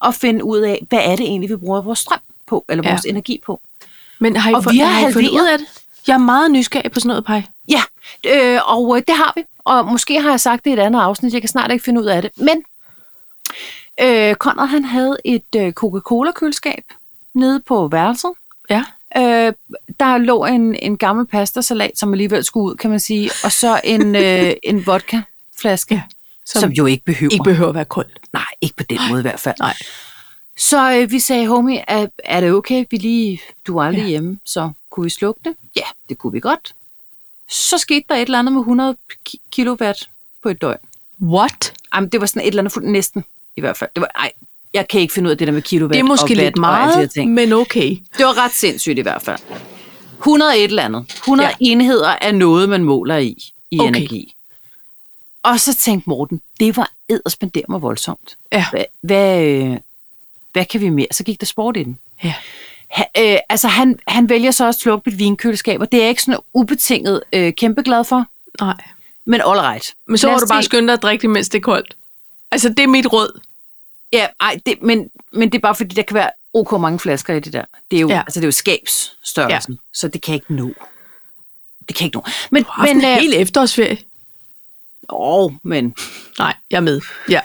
at finde ud af, hvad er det egentlig, vi bruger vores strøm på, eller Ja. vores energi på. Men har I, Og fået, vi har har I fundet halveret. ud af det? Jeg er meget nysgerrig på sådan noget, Paj. Ja, øh, og øh, det har vi. Og måske har jeg sagt det i et andet afsnit. Jeg kan snart ikke finde ud af det. Men øh, Conrad han havde et øh, Coca-Cola-køleskab nede på værelset. Ja. Øh, der lå en, en gammel pastasalat, som alligevel skulle ud, kan man sige. Og så en, øh, en vodkaflaske, ja, som, som jo ikke behøver. ikke behøver at være kold. Nej, ikke på den måde i hvert fald. Nej. Så øh, vi sagde, homie, er, er det okay, vi lige, du er aldrig ja. hjemme, så kunne vi slukke det? Ja, det kunne vi godt. Så skete der et eller andet med 100 ki- kilowatt på et døgn. What? Jamen, det var sådan et eller andet fuldt næsten, i hvert fald. Det var, ej, jeg kan ikke finde ud af det der med kilowatt Det er måske og watt lidt og alle de her meget, ting. men okay. Det var ret sindssygt i hvert fald. 100 et eller andet. 100 Ja. ja. enheder er noget, man måler i, i Okay. okay. energi. Og så tænkte Morten, det var edderspender mig voldsomt. Ja. Hvad, hvad, øh, hvad kan vi mere? Så gik der sport i den. Ja. Ha, øh, altså han, han vælger så også at slukke et vinkøleskab, og det er jeg ikke sådan ubetinget øh, kæmpe glad for, Nej. men all right. Men så Lad må os du bare se- skynde dig at drikke det, mens det er koldt. Altså, det er mit råd. Ja, ej, det, men, men det er bare fordi, der kan være ok mange flasker i det der. Det er jo, Ja. ja. altså, det er jo skabsstørrelsen, ja. så det kan jeg ikke nå. Det kan jeg ikke nå. Men, Du har haft men, en øh, hel efterårsferie. åh, men Nej, jeg er med. Ja.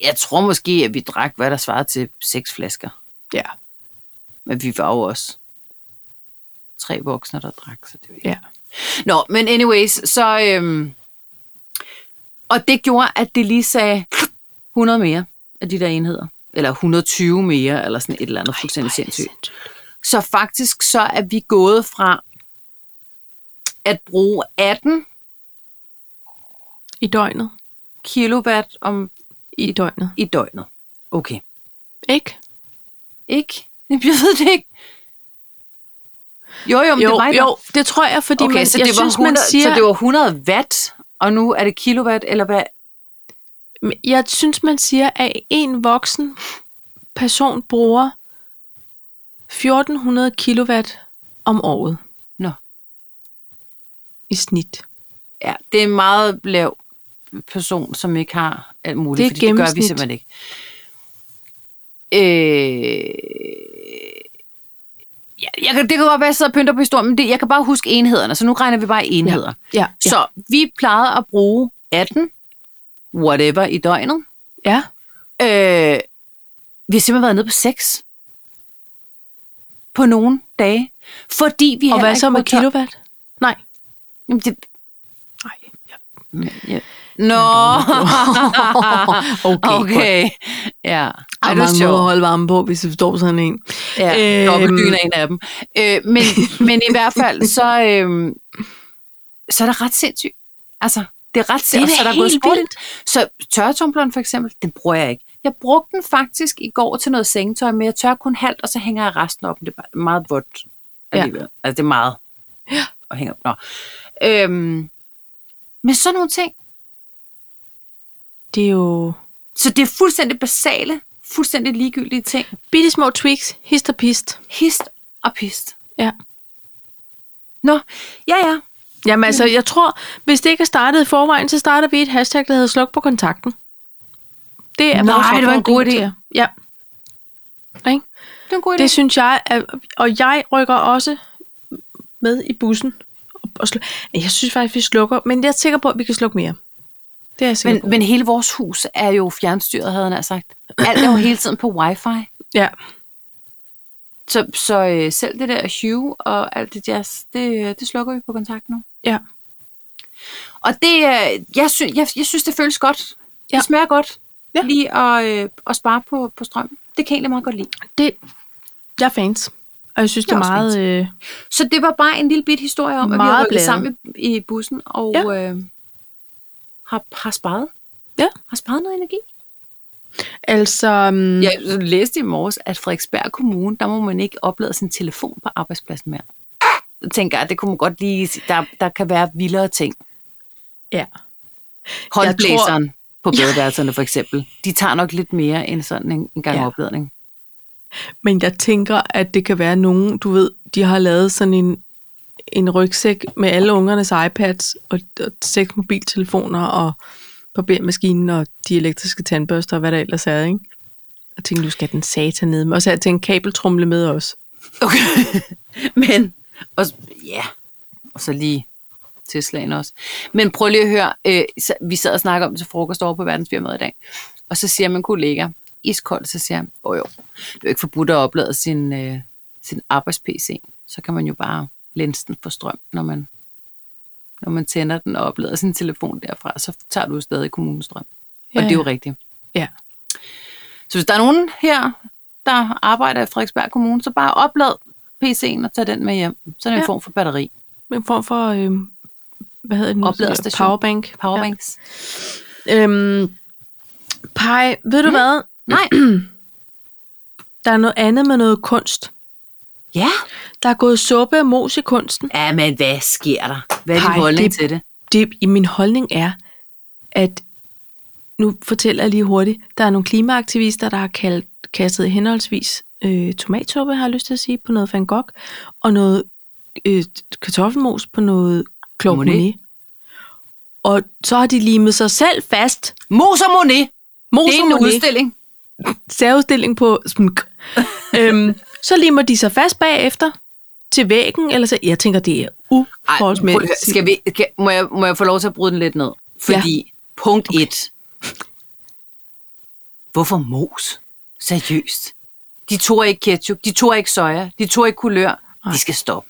jeg tror måske, at vi drak, hvad der svarede til seks flasker. Ja. Men vi var jo også tre voksne, der drak, så det var ikke. Ja. Nå, men anyways, så... Øhm, og det gjorde, at det lige sagde 100 mere af de der enheder. Eller 120 mere, eller sådan et eller andet fuldstændig sindssygt. Så faktisk så er vi gået fra at bruge 18 I døgnet. kilowatt om, I døgnet. i døgnet. Okay. Ikke? Ikke? [laughs] Jeg ved det ikke. Jo, jo, men jo, det er mig, der- jo, det tror jeg, fordi okay, man, så jeg det var synes, 100, man siger, så det var 100 watt, og nu er det kilowatt, eller hvad? jeg synes, man siger, at en voksen person bruger 1400 kilowatt om året. Nå. I snit. Ja, det er en meget lav person, som ikke har alt Det er muligt, det fordi det gør vi gennemsnit. simpelthen ikke. Øh... Ja, jeg kan, det kan godt være, at jeg sidder og pynter på historien, men det, jeg kan bare huske enhederne, så nu regner vi bare i enheder. Ja. Ja, ja. Så vi plejede at bruge 18, whatever, i døgnet. ja. Øh, Vi har simpelthen været nede på seks. På nogle dage. Fordi vi Og heller hvad ikke så med brugte- kilowatt? Nej. Jamen, det... Nej. Ja. Nå, [laughs] Okay. Ah, okay. Ja. Der Ej, er det var mange måder at sjovt. holde varmen på, hvis vi står sådan en. Ja, Øhm. dobbeltdyne er en af dem. Øh, men, men i hvert fald, så, øh, så er det ret sindssygt. Altså, det er ret da sindssygt. så der er helt gået vildt. Så tørretumbleren for eksempel, den bruger jeg ikke. Jeg brugte den faktisk i går til noget sengetøj, men jeg tør kun halvt, og så hænger jeg resten op. men Det er bare meget vådt alligevel. Ja. Altså, det er meget at hænge op. Nå. Øhm, men sådan nogle ting. Det er jo Så det er fuldstændig basale, fuldstændig ligegyldige ting. bitte små tweaks, hist og pist. Hist og pist. Ja. Nå, ja ja. Jamen altså, jeg tror, hvis det ikke er startet i forvejen, så starter vi et hashtag, der hedder Sluk på kontakten. Det er Nej, vores det var en opfordring god idé. til jer. Ja. Ikke? Det er en god idé. Det synes jeg, er, og jeg rykker også med i bussen. Og- Og slu- jeg synes faktisk, vi slukker, men jeg er sikker på, at vi kan slukke mere. Det er jeg sikker men, på. men hele vores hus er jo fjernstyret, havde han sagt. Alt er jo hele tiden på wifi. [clears throat] Ja. Så, så øh, selv det der Hue og alt det jazz, det, øh, det slukker vi på kontakt nu. Ja. Og det, øh, jeg, sy- jeg, jeg synes, det føles godt. Ja. Ja. Det smager godt Ja. ja. lige at, øh, at spare på, på strømmen. Det kan jeg egentlig meget godt lide. Det, jeg er fans, og jeg synes, det Jeg er er også meget... Øh, Så det var bare en lille bit historie om, at vi Meget har rykket blandet. sammen i, i bussen og ja. øh, har, har sparet. Ja. Har sparet noget energi. altså... mm, Jeg læste i morges, at Frederiksberg Kommune, der må man ikke oplade sin telefon på arbejdspladsen mere. Jeg tænker, at det kunne man godt lige sige. Der, der kan være vildere ting. ja. Håndblæseren tror... på badeværelserne for eksempel. De tager nok lidt mere end sådan en, en gang Ja. ja. opladning. Men jeg tænker, at det kan være nogen, du ved, de har lavet sådan en, en rygsæk med alle ungernes iPads og, og seks mobiltelefoner og barbermaskinen og de elektriske tandbørster og hvad der ellers er, ikke? Og tænkte, du skal den satan ned med. Og så har jeg tænkt kabeltrumle med også. Okay. [laughs] Men, og, s- ja, og så lige Teslaen også. Men prøv lige at høre, øh, så, vi sad og snakkede om det til frokost over på verdensfirmaet i dag, og så siger min kollega, iskold, så siger han, åh jo, det er jo ikke forbudt at oplade sin, øh, sin arbejds-PC, så kan man jo bare lænse den for strøm, når man, når man tænder den og oplader sin telefon derfra, så tager du jo stadig kommunestrøm. Ja. Og det er jo rigtigt. Ja. Så hvis der er nogen her, der arbejder i Frederiksberg Kommune, så bare oplad PC'en og tag den med hjem. Så er det en Ja. form for batteri. En form for, øh, hvad hedder det nu? Opladerstation. Powerbank. Powerbanks. Ja. Ja. Øhm, Pai, ved du mm. hvad? Nej. Der er noget andet med noget kunst. [clears throat] ja. Der er gået suppe og mos i kunsten. Ja, men hvad sker der? Hvad er din Ej, holdning det- til det? det, i min holdning er, at nu fortæller jeg lige hurtigt, der er nogle klimaaktivister, der har kaldt, kastet henholdsvis øh, tomatsuppe, har jeg lyst til at sige, på noget Van Gogh, og noget øh, kartoffelmos på noget Claude Monet. Monet. Og så har de limet sig selv fast. Mos og Monet. Mos Det er og en Monet udstilling. særudstilling på [laughs] smk. øhm, så limer de sig fast bagefter til væggen, eller så, jeg tænker, det er Ej, prøv at høre. uforholdsmæssigt. skal vi, kan, må, jeg, må jeg få lov til at bryde den lidt ned? Fordi ja. punkt 1. Okay. Hvorfor mos? Seriøst. De tog ikke ketchup, de tog ikke soja, de tog ikke kulør. De skal stoppe.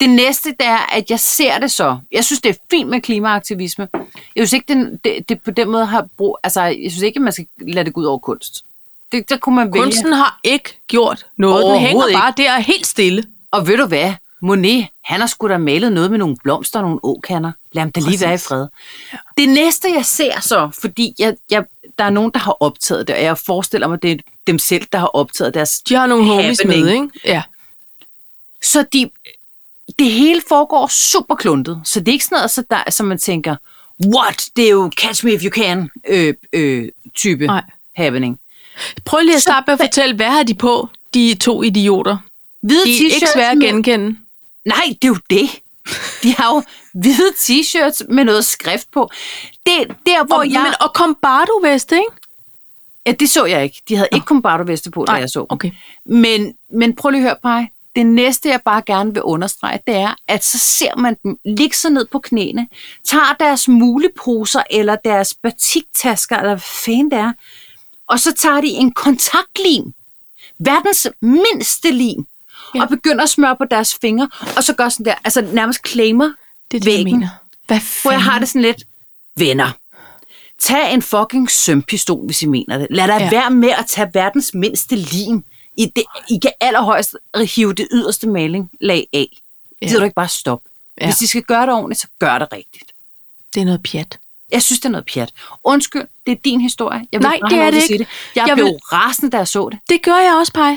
Det næste, det er, at jeg ser det så. Jeg synes, det er fint med klimaaktivisme. Jeg synes ikke, den, det, det på den måde har brug... Altså, jeg synes ikke, at man skal lade det gå ud over kunst. Det, der kunne man vælge. Kunsten har ikke gjort noget. Den Overhovedet hænger ikke. bare der helt stille. Og ved du hvad? Monet, han har sgu da malet noget med nogle blomster og nogle åkander. Lad ham da lige Præcis. være i fred. Det næste, jeg ser så, fordi jeg, jeg, der er nogen, der har optaget det, og jeg forestiller mig, det er dem selv, der har optaget deres... De har nogle homies happening. med, ikke? Ja. Så de, det hele foregår super kluntet. Så det er ikke sådan noget, så der, som man tænker, what, det er jo catch me if you can øh, øh, type Nej. happening. Prøv lige at Så starte med at hvad- fortælle, hvad har de på, de to idioter? Hvide De er ikke svære at genkende. Nej, det er jo det. De har jo hvide t-shirts med noget skrift på. Det der, hvor Og, jeg... men, og Combardo Vest, ikke? Ja, det så jeg ikke. De havde ikke kombardo-veste på, da Nej, jeg så dem. okay. Men, men prøv lige at høre, Paj. Det næste, jeg bare gerne vil understrege, det er, at så ser man dem ligge sig ned på knæene, tager deres muleposer eller deres batiktasker, eller hvad fanden det er, Og så tager de en kontaktlim, verdens mindste lim, Ja. ja. og begynder at smøre på deres fingre, og så gør sådan der, altså nærmest claimer Det er det, jeg væggen. mener. Hvad hvor jeg fanden? har det sådan lidt, venner, tag en fucking sømpistol, hvis I mener det. Lad dig Ja. ja. være med at tage verdens mindste lim. I, det, I kan allerhøjst hive det yderste maling lag af. Ja. Ja. Gider du ikke bare stoppe? Ja. Ja. Hvis I skal gøre det ordentligt, så gør det rigtigt. Det er noget pjat. Jeg synes, det er noget pjat. Undskyld, det er din historie. Jeg vil Nej, bare det have er det lov til at sige ikke. det. Jeg, Jeg jeg blev vil- vil... rasende, da jeg så det. Det gør jeg også, Paj.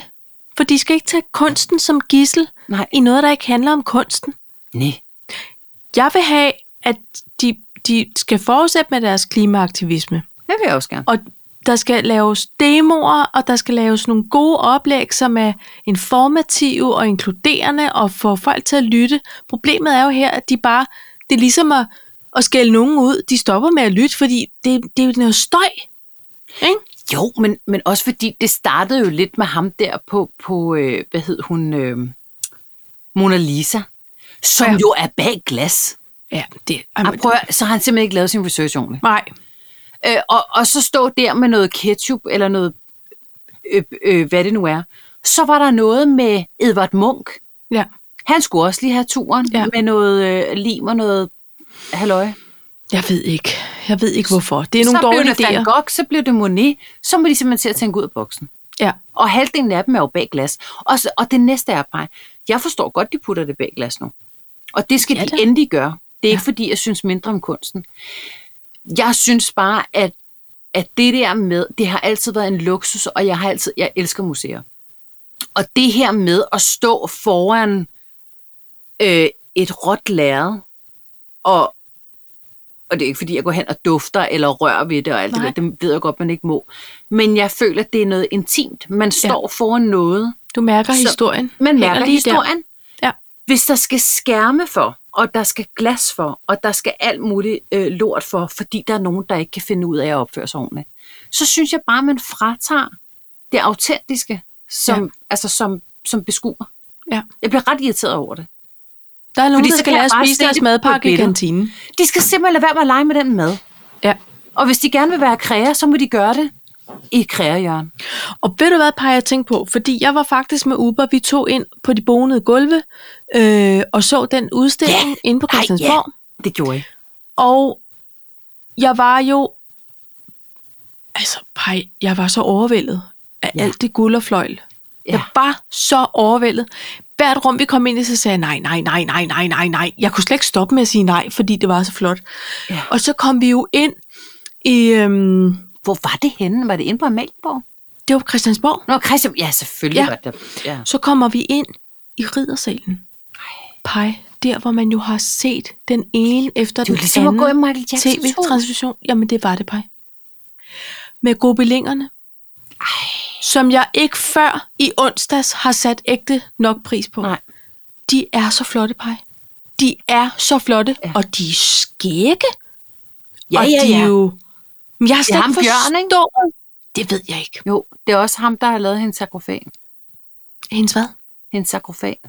For de skal ikke tage kunsten som gissel Nej. i noget, der ikke handler om kunsten. Nej. Jeg vil have, at de, de skal fortsætte med deres klimaaktivisme. Det vil jeg også gerne. Og der skal laves demoer, og der skal laves nogle gode oplæg, som er informative og inkluderende og får folk til at lytte. Problemet er jo her, at de bare, det er ligesom at, at skælde nogen ud. De stopper med at lytte, fordi det, det er jo noget støj. Ikke? Jo, men, men også fordi det startede jo lidt med ham der på, på øh, hvad hed hun, øh, Mona Lisa, som Ja. ja. jo er bag glas. Ja, det Og prøv, at- så har han simpelthen ikke lavet sin research ordentligt. Nej, Øh, og, og så stå der med noget ketchup eller noget, øh, øh, hvad det nu er. Så var der noget med Edvard Munk. ja. Han skulle også lige have turen Ja. ja. med noget øh, lim og noget halløj. Jeg ved ikke. Jeg ved ikke, hvorfor. Det er Så nogle blev dårlige det Van idéer. Gogh, så blev det Monet. Så må de simpelthen til at tænke ud af boksen. Ja. Og halvdelen af dem er jo bag glas. Og, så, og det næste er bare, jeg forstår godt, de putter det bag glas nu. Og det skal Ja ja, de da. endelig gøre. Det er ja. ikke fordi, jeg synes mindre om kunsten. Jeg synes bare, at, at det der med, det har altid været en luksus, og jeg har altid, jeg elsker museer. Og det her med at stå foran øh, et råt lærred, og, og det er ikke fordi, jeg går hen og dufter eller rører ved det og alt Nej. det der, det ved jeg godt, man ikke må. Men jeg føler, at det er noget intimt. Man står ja. foran noget, Du mærker Så- historien. man Hænger mærker lige der. historien. Ja. Hvis der skal skærme for, og der skal glas for, og der skal alt muligt øh, lort for, fordi der er nogen, der ikke kan finde ud af at opføre sig ordentligt, så synes jeg bare, at man fratager det autentiske, som, ja. altså, som, som beskuer. Ja. Jeg bliver ret irriteret over det. Der er nogen, Fordi der så skal kan lade jeg os bare spise se deres det på et madpakke i billede. kantinen. De skal simpelthen lade være med at lege med den mad. Ja. Og hvis de gerne vil være kræer, så må de gøre det i kræerjørn. Og ved du hvad, Paj, jeg tænkte på? Fordi jeg var faktisk med Uber. Vi tog ind på de bonede gulve øh, og så den udstilling Ja. inde på Ej, ja. Christiansborg. Det gjorde jeg. Og jeg var jo... Altså, pej, jeg var så overvældet af ja. Ja. alt det guld og fløjl. Ja. Ja. Jeg var så overvældet. Hvert rum, vi kom ind i, så sagde jeg nej, nej, nej, nej, nej, nej, nej. Jeg kunne slet ikke stoppe med at sige nej, fordi det var så flot. Ja. Og så kom vi jo ind i... Øhm, Hvor var det henne? Var det inde på Amalienborg? det var på Christiansborg. Nå, Christian, ja, selvfølgelig Ja. ja. var det. Ja. Så kommer vi ind i riddersalen. Pej, der hvor man jo har set den ene efter Det er den jo ligesom at anden. gå i Michael Jacksons hus. tv-transmission. Jamen, det var det bare. Med gobelingerne. Som jeg ikke før i onsdags har sat ægte nok pris på. Nej. De er så flotte, Paj. De er så flotte, ja. Ja. og de er skægge. Ja, og ja, de ja. Er jo... Men jeg har slet ham ikke Bjørn, ikke? forstået. Det ved jeg ikke. Jo, det er også ham, der har lavet hendes sarkofag. Hendes hvad? Hendes sarkofag.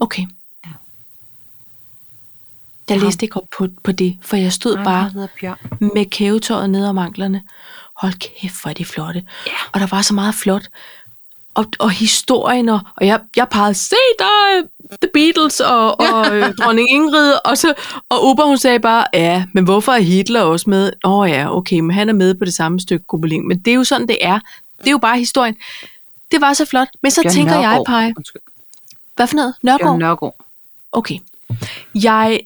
Okay. Ja. Jeg Ham. læste ikke op på, på det, for jeg stod Nej, bare han hedder Bjørn. med kævetøjet ned om anklerne. Hold kæft, hvor er de flotte. Ja. Og der var så meget flot. Og, og historien, og, og jeg, jeg pegede, se der er The Beatles [laughs] og, og øh, dronning Ingrid, og, så, og Ober, hun sagde bare, ja, men hvorfor er Hitler også med? Åh oh, ja, okay, men han er med på det samme stykke koboling, men det er jo sådan, det er. Det er jo bare historien. Det var så flot, men så Bjørn tænker jeg, Nørgaard. Paj, Undskyld, hvad for noget? Bjørn Nørgaard? Nørgaard. Okay. Jeg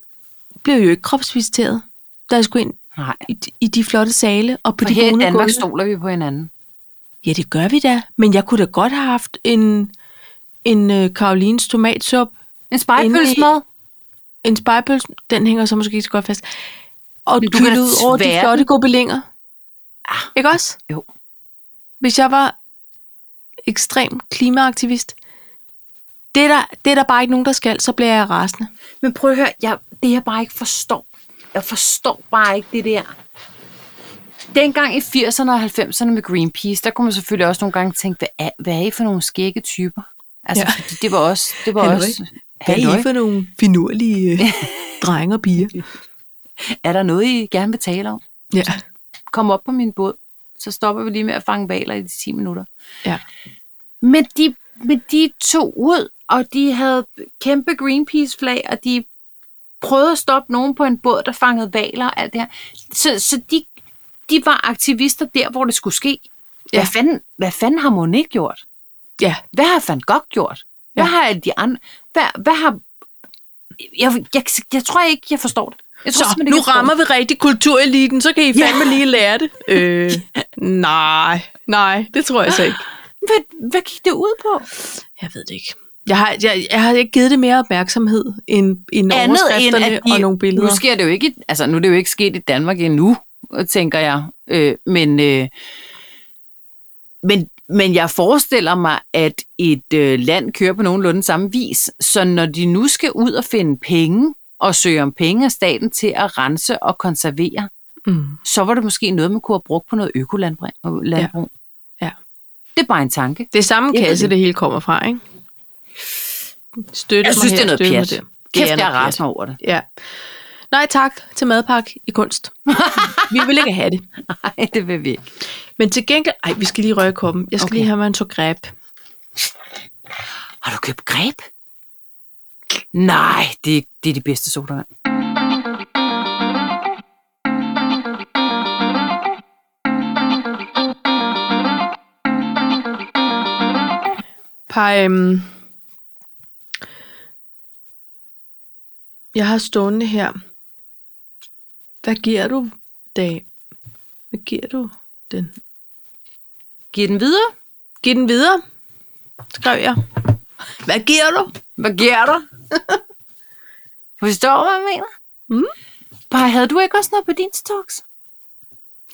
blev jo ikke kropsvisiteret, da jeg skulle ind Nej. i, de- i de flotte sale og på For de her i gode Danmark gulve. stoler vi på hinanden. Ja, det gør vi da. Men jeg kunne da godt have haft en, en uh, Karolines tomatsup, En spejlpølsemad. en spejpølse, den hænger så måske ikke så godt fast, og Men du kan kyldet da ud over de svære flotte gobelinger. Ah, Ikke også? jo. Hvis jeg var ekstrem klimaaktivist, det er, der, det er der bare ikke nogen, der skal, så bliver jeg rasende. Men prøv at høre, jeg, det jeg bare ikke forstår. Jeg forstår bare ikke det der. Dengang i 80'erne og 90'erne med Greenpeace, der kunne man selvfølgelig også nogle gange tænke, hvad er, hvad er I for nogle skægge typer? Altså, Ja. ja. fordi det var også... Det var Halløj. også Hvad er halløj. I for nogle finurlige [laughs] øh, drenge og piger? Er der noget, I gerne vil tale om? Ja. Kom op på min båd. så stopper vi lige med at fange valer i de 10 minutter. Ja. Men de, men de tog ud, og de havde kæmpe Greenpeace-flag, og de prøvede at stoppe nogen på en båd, der fangede valer og alt det her. Så, så de, de var aktivister der, hvor det skulle ske. Ja. Ja. Hvad, fanden, hvad fanden har Monique gjort? Ja. Hvad har Van Gogh gjort? Hvad Ja. har alle de andre... Hvad, hvad har... Jeg, jeg, jeg, jeg tror ikke, jeg forstår det. Jeg tror, Så simpelthen ikke, nu jeg forstår rammer vi rigtig kultureliten, så kan I Ja. fandme lige lære [laughs] det. Øh, nej, nej, det tror jeg så ikke. det. Hvad, hvad gik det ud på? [gasps] Jeg ved det ikke. Jeg har, jeg, jeg har ikke givet det mere opmærksomhed end, end overskrifterne og nogle billeder. Nu sker det jo ikke, i- altså nu er det jo ikke sket i Danmark endnu, tænker jeg. Øh, men, øh, men, men jeg forestiller mig, at et øh, land kører på nogenlunde samme vis, så når de nu skal ud og finde penge, og søge om penge af staten til at rense og konservere, Mm. så var det måske noget, man kunne have brugt på noget økolandbrug. landbrug. Ja. Det er bare en tanke. Det er samme Jeg ved kasse, det. det. hele kommer fra, ikke? Støtte Jeg mig synes, her, det er noget støtte mig pjat. der. Det Kæft, jeg noget pjat. raser over [laughs] det. Ja. Nej tak til madpakke i [laughs] kunst. vi vil ikke have det. Nej, det vil vi ikke. Men til gengæld... Ej, vi skal lige røre i koppen. Jeg skal Okay. okay. lige have mig en tår greb. Har du købt greb? Nej, det, det er de bedste sodavand. Par, øhm, jeg har stående her. Hvad giver du, dag? Hvad giver du den? Giv den videre. Giv den videre, skrev jeg. Hvad giver du? Hvad giver du? [laughs] Forstår du, hvad jeg mener? Mm. Bare havde du ikke også noget på din stocks?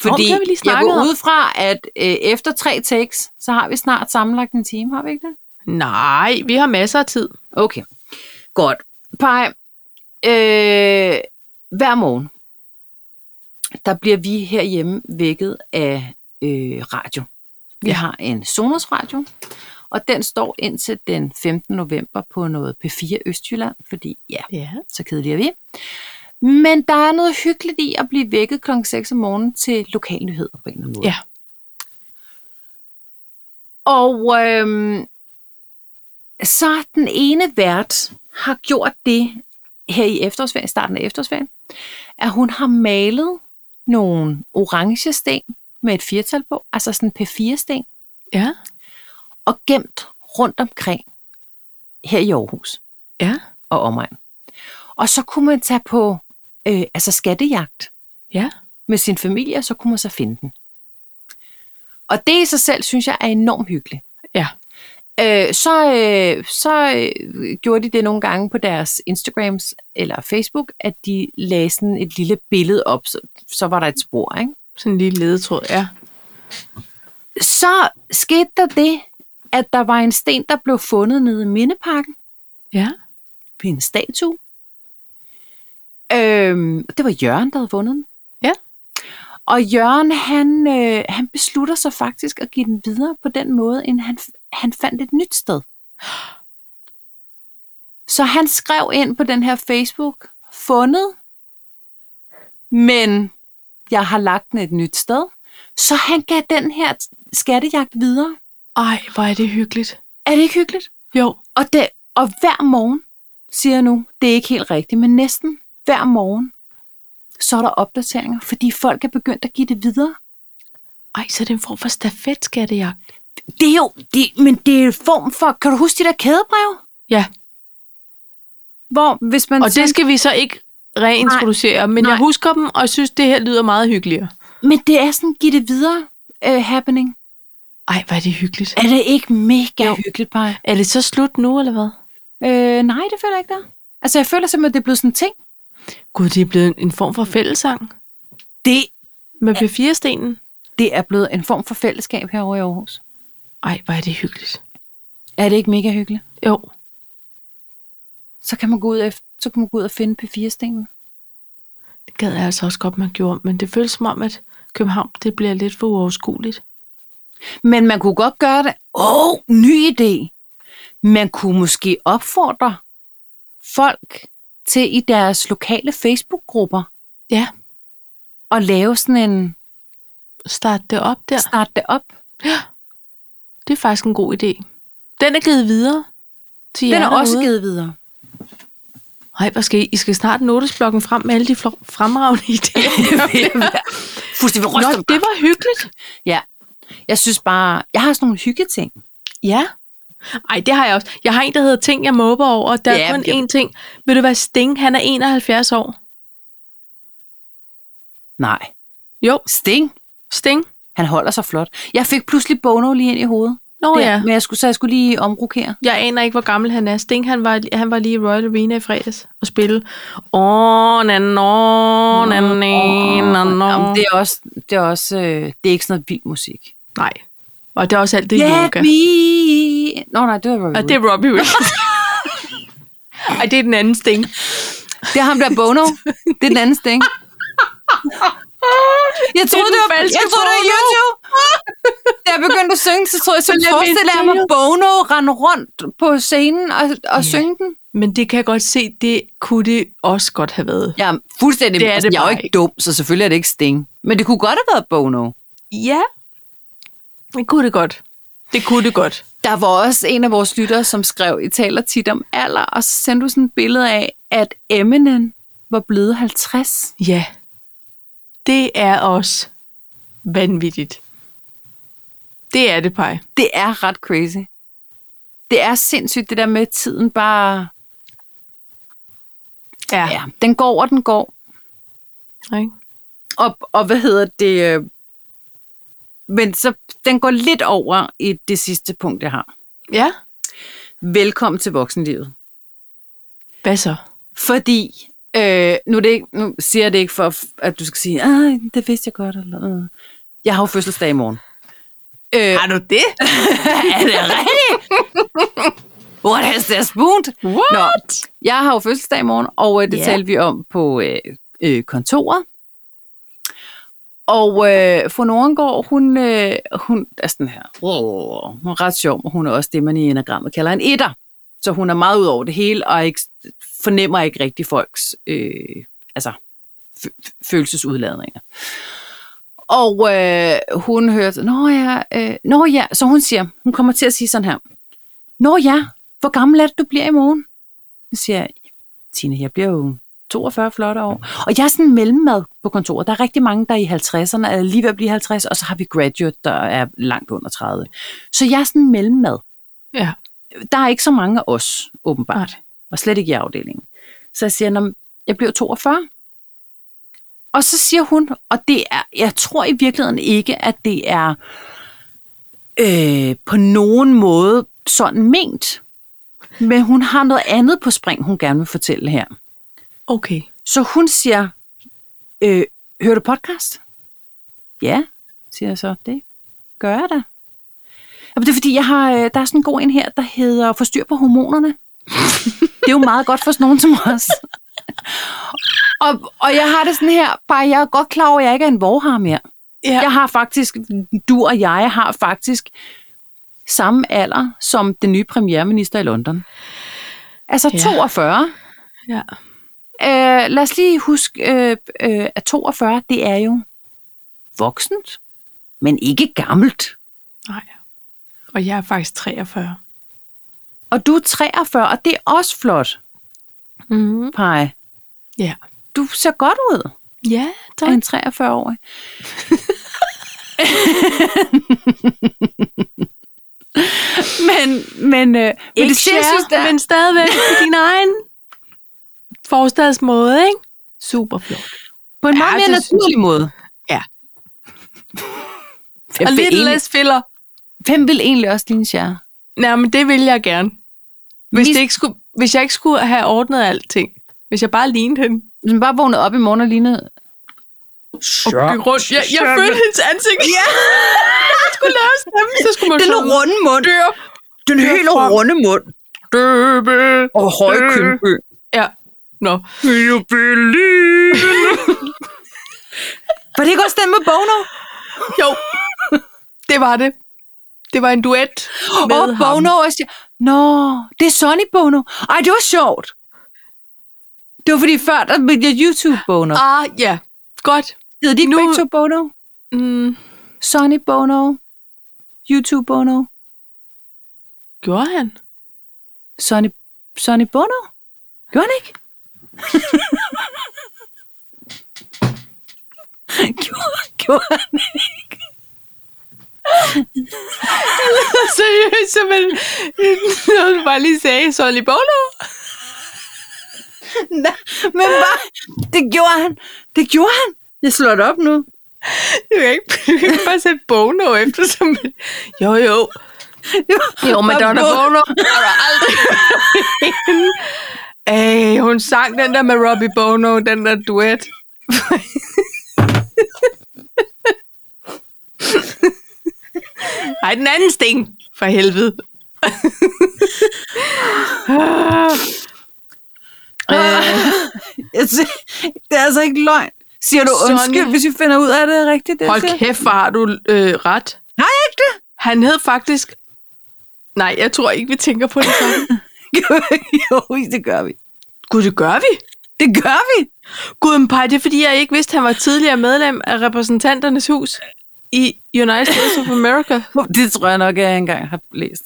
Fordi det har vi lige jeg snakket går om. ud fra, at øh, efter tre takes, så har vi snart sammenlagt en time, har vi ikke det? Nej, vi har masser af tid. Okay, godt. Pej, øh, hver morgen, der bliver vi herhjemme vækket af øh, radio. Vi Ja. har en Sonos radio, og den står indtil den 15. november på noget P4 Østjylland, fordi ja, Ja. så kedelige er vi. Men der er noget hyggeligt i at blive vækket kl. 6 om morgenen til lokalnyheder på en eller anden måde. Ja. Og øhm, så den ene vært har gjort det her i efterårsferien, starten af efterårsferien, at hun har malet nogle orange sten med et firtal på, altså sådan en P4-sten, Ja. og gemt rundt omkring her i Aarhus Ja. og omegn. Og så kunne man tage på øh, altså skattejagt Ja. med sin familie, og så kunne man så finde den. Og det i sig selv, synes jeg, er enormt hyggeligt. Ja. Øh, så øh, så øh, gjorde de det nogle gange på deres Instagrams eller Facebook, at de lagde sådan et lille billede op, så, så var der et spor. Ikke? Sådan en lille ledetråd, ja. Så skete der det, at der var en sten, der blev fundet nede i Mindeparken, Ja. ved en statue. Øhm, det var Jørgen, der havde vundet den. Ja. Og Jørgen, han, øh, han beslutter sig faktisk at give den videre på den måde, end han, han fandt et nyt sted. Så han skrev ind på den her Facebook, fundet, men jeg har lagt den et nyt sted. Så han gav den her skattejagt videre. Ej, hvor er det hyggeligt. Er det ikke hyggeligt? Jo. Og, det, og hver morgen, siger jeg nu, det er ikke helt rigtigt, men næsten hver morgen, så er der opdateringer, fordi folk er begyndt at give det videre. Ej, så er det en form for stafetskattejagt. Det er jo, det, men det er en form for, kan du huske de der kædebrev? Ja. Hvor, hvis man Og det skal vi så ikke reintroducere, men Nej. Nej. jeg husker dem, og jeg synes, det her lyder meget hyggeligere. men det er sådan, give det videre uh, happening. Ej, hvor er det hyggeligt. Er det ikke mega Jo. hyggeligt, Paj? Er det så slut nu, eller hvad? Øh, nej, det føler jeg ikke der. Altså, jeg føler simpelthen, at det er blevet sådan en ting. Gud, det er blevet en- en form for fællesang Det, med P4-stenen. det er blevet en form for fællesskab herovre i Aarhus. Ej, hvor er det hyggeligt. Er det ikke mega hyggeligt? Jo. så kan man gå ud, efter, så kan man gå ud og finde P4-stenen. Det gad jeg altså også godt, man gjorde, men det føles som om, at København, det bliver lidt for uoverskueligt. Men man kunne godt gøre det. Åh, oh, ny idé. Man kunne måske opfordre folk til i deres lokale Facebook-grupper Ja. at lave sådan en Start det op der. Start det op. Det er faktisk en god idé. Den er givet videre til Den jer er også derude. givet videre. Ej, hvad skal I? I skal snart notesblokken frem med alle de flo- [laughs] fremragende idéer. Fuldstændig Nå, det var hyggeligt. Jeg synes bare, jeg har sådan nogle hyggeting. Ja. Ej, det har jeg også. Jeg har en, der hedder Ting, jeg måber over, og der Ja, er kun det- én ting. Vil du være Sting? Han er 71 år. Nej. Jo, Sting, Sting. han holder sig flot. Jeg fik pludselig Bono lige ind i hovedet. Nå Der, ja. Men jeg skulle, så jeg skulle lige omrokere. Jeg aner ikke, hvor gammel han er. Sting, han var, han var lige i Royal Arena i fredags og spille. Åh, na, nå, na, na, na, Jamen, nå. det er også, det er også, øh, det er ikke sådan noget vild musik. Nej. Og det er også alt det Let yoga. me... Nå nej, det var Robbie Og det Williams. er [laughs] Robbie Williams. Ej, det er den anden Sting. Det er ham der Bono. Det er den anden sting. Jeg troede, den det, var, falske jeg troede, det var YouTube. Da jeg begyndte at synge, så troede jeg, så Let me forestillede jeg mig see you. Bono rende rundt på scenen og, og yeah. synge den. Men det kan jeg godt se, det kunne det også godt have været. Jeg er fuldstændig... Altså, Det er det jeg er jo bare ikke dum, så selvfølgelig er det ikke Sting. Men det kunne godt have været Bono. Ja. Det kunne det godt. Det kunne det godt. Der var også en af vores lyttere, som skrev, I taler tit om alder, og så sendte du sådan et billede af, at Eminem var blevet 50. Ja. Det er også vanvittigt. Det er det, Paj. Det er ret crazy. Det er sindssygt, det der med at tiden bare... Ja. Ja, den går, og den går. Ikke? Og, og hvad hedder det? øh, Men så den går lidt over i det sidste punkt, jeg har. ja. Velkommen til voksenlivet. Hvad så? Fordi, øh, nu, er det ikke, nu siger jeg det ikke for, at du skal sige, at det vidste jeg godt. Eller, noget. jeg har jo fødselsdag i morgen. Øh, du det? [laughs] er det rigtigt? What has this spoon? What? Jeg har jo fødselsdag i morgen, og øh, det Ja. yeah. talte vi om på øh, øh, kontoret. Og øh, fru Norengård, hun, øh, hun er sådan her, wow, hun er ret sjov, men hun er også det, man i enagrammet kalder en etter. Så hun er meget ud over det hele, og ikke, fornemmer ikke rigtig folks øh, altså, f- følelsesudladninger. Og øh, hun hørte, nå ja, øh, nå ja, så hun siger, hun kommer til at sige sådan her, nå ja, hvor gammel er det, du bliver i morgen? Så siger jeg, Tine, jeg bliver jo 42 flotte år. Og jeg er sådan en mellemmad på kontoret. Der er rigtig mange, der er i 50'erne, er lige ved at blive 50, og så har vi graduate, der er langt under 30. Så jeg er sådan en mellemmad. Ja. Der er ikke så mange af os, åbenbart. Nej. Og slet ikke i afdelingen. Så jeg siger, "Nå, men jeg bliver 42. Og så siger hun, og det er, jeg tror i virkeligheden ikke, at det er øh, på nogen måde sådan ment. Men hun har noget andet på spring, hun gerne vil fortælle her. Okay. Så hun siger, øh, hører du podcast? Ja, siger jeg så. Det gør jeg da. Jamen, det er fordi, jeg har, øh, der er sådan en god en her, der hedder Forstyr på hormonerne. det er jo meget godt for sådan nogen som os. Og, og jeg har det sådan her, bare jeg er godt klar over, at jeg ikke er en vorhar mere. Ja. Jeg har faktisk, du og jeg har faktisk samme alder som den nye premierminister i London. Altså Ja. 42. ja. Øh, lad os lige huske, øh, øh, at 42, det er jo voksent, men ikke gammelt. Nej. Og jeg er faktisk 43. Og du er 43, og det er også flot, Mm-hmm. Paj. Ja. Du ser godt ud Ja, af en [laughs] 43-årig. men, men, øh, men Ikke det sindssygt, share, men [laughs] stadigvæk på din egen forstadsmåde, ikke? Super flot. på en meget Ja, mere det synes naturlig måde. [laughs] Ja. Hvem Og vil, lidt egentlig, less filler. hvem vil egentlig også ligne jer? Nej, men det ville jeg gerne. Hvis, Mis- det ikke skulle, hvis jeg ikke skulle have ordnet alting. Hvis jeg bare lignede hende. Hvis man bare vågnede op i morgen og lignede Og gik rundt. Jeg, jeg følte hendes ansigt. [laughs] Ja! jeg skulle lave stemmen, så skulle man Den sådan- runde mund. Dør. Den Dør helt frem. runde mund. Døbe. Og høje Øh. kindben. Ja. Nå. You believe. [laughs] Var det ikke også den med Bono? Jo. Det var det. Det var en duet med og ham. Bono også. siger, Nå, det er Sonny Bono. Ej, det var sjovt. Det var fordi før, der blev jeg YouTube Bono. Ah, ja. Godt. Hedder de ikke Ah, nu- begge to Bono? Mm, Sonny Bono, YouTube Bono, Gjorde han? [laughs] Sonny, Sonny Bono. Gjorde han ikke? [laughs] gjorde, gjorde han Seriøst, men når du bare lige sagde Sonny Bono. Nej, men hvad? Det gjorde han. Det gjorde han. Jeg slår det op nu. Du kan ikke, du kan ikke bare sætte Bono efter som... Jo, jo. Jo, men Bare Donna Bono. Bono har du aldrig hørt hende. [laughs] Ej, hun sang den der med Robbie Bono, den der duet. Ej, den anden sting. For [laughs] helvede. Øh, Øh, Jeg siger, det er altså ikke løgn. Siger du Sonny. undskyld, hvis vi finder ud af det er rigtigt? Det jeg siger? Hold kæft, hvor har du øh, ret. Har jeg ikke det? [laughs] Han hed faktisk... Nej, jeg tror ikke, vi tænker på det [laughs] sådan. jo, det gør vi. Gud, det gør vi. Det gør vi. Gud, men pej, det er fordi, jeg ikke vidste, han var tidligere medlem af repræsentanternes hus i United States of America. Det tror jeg nok, jeg engang har læst.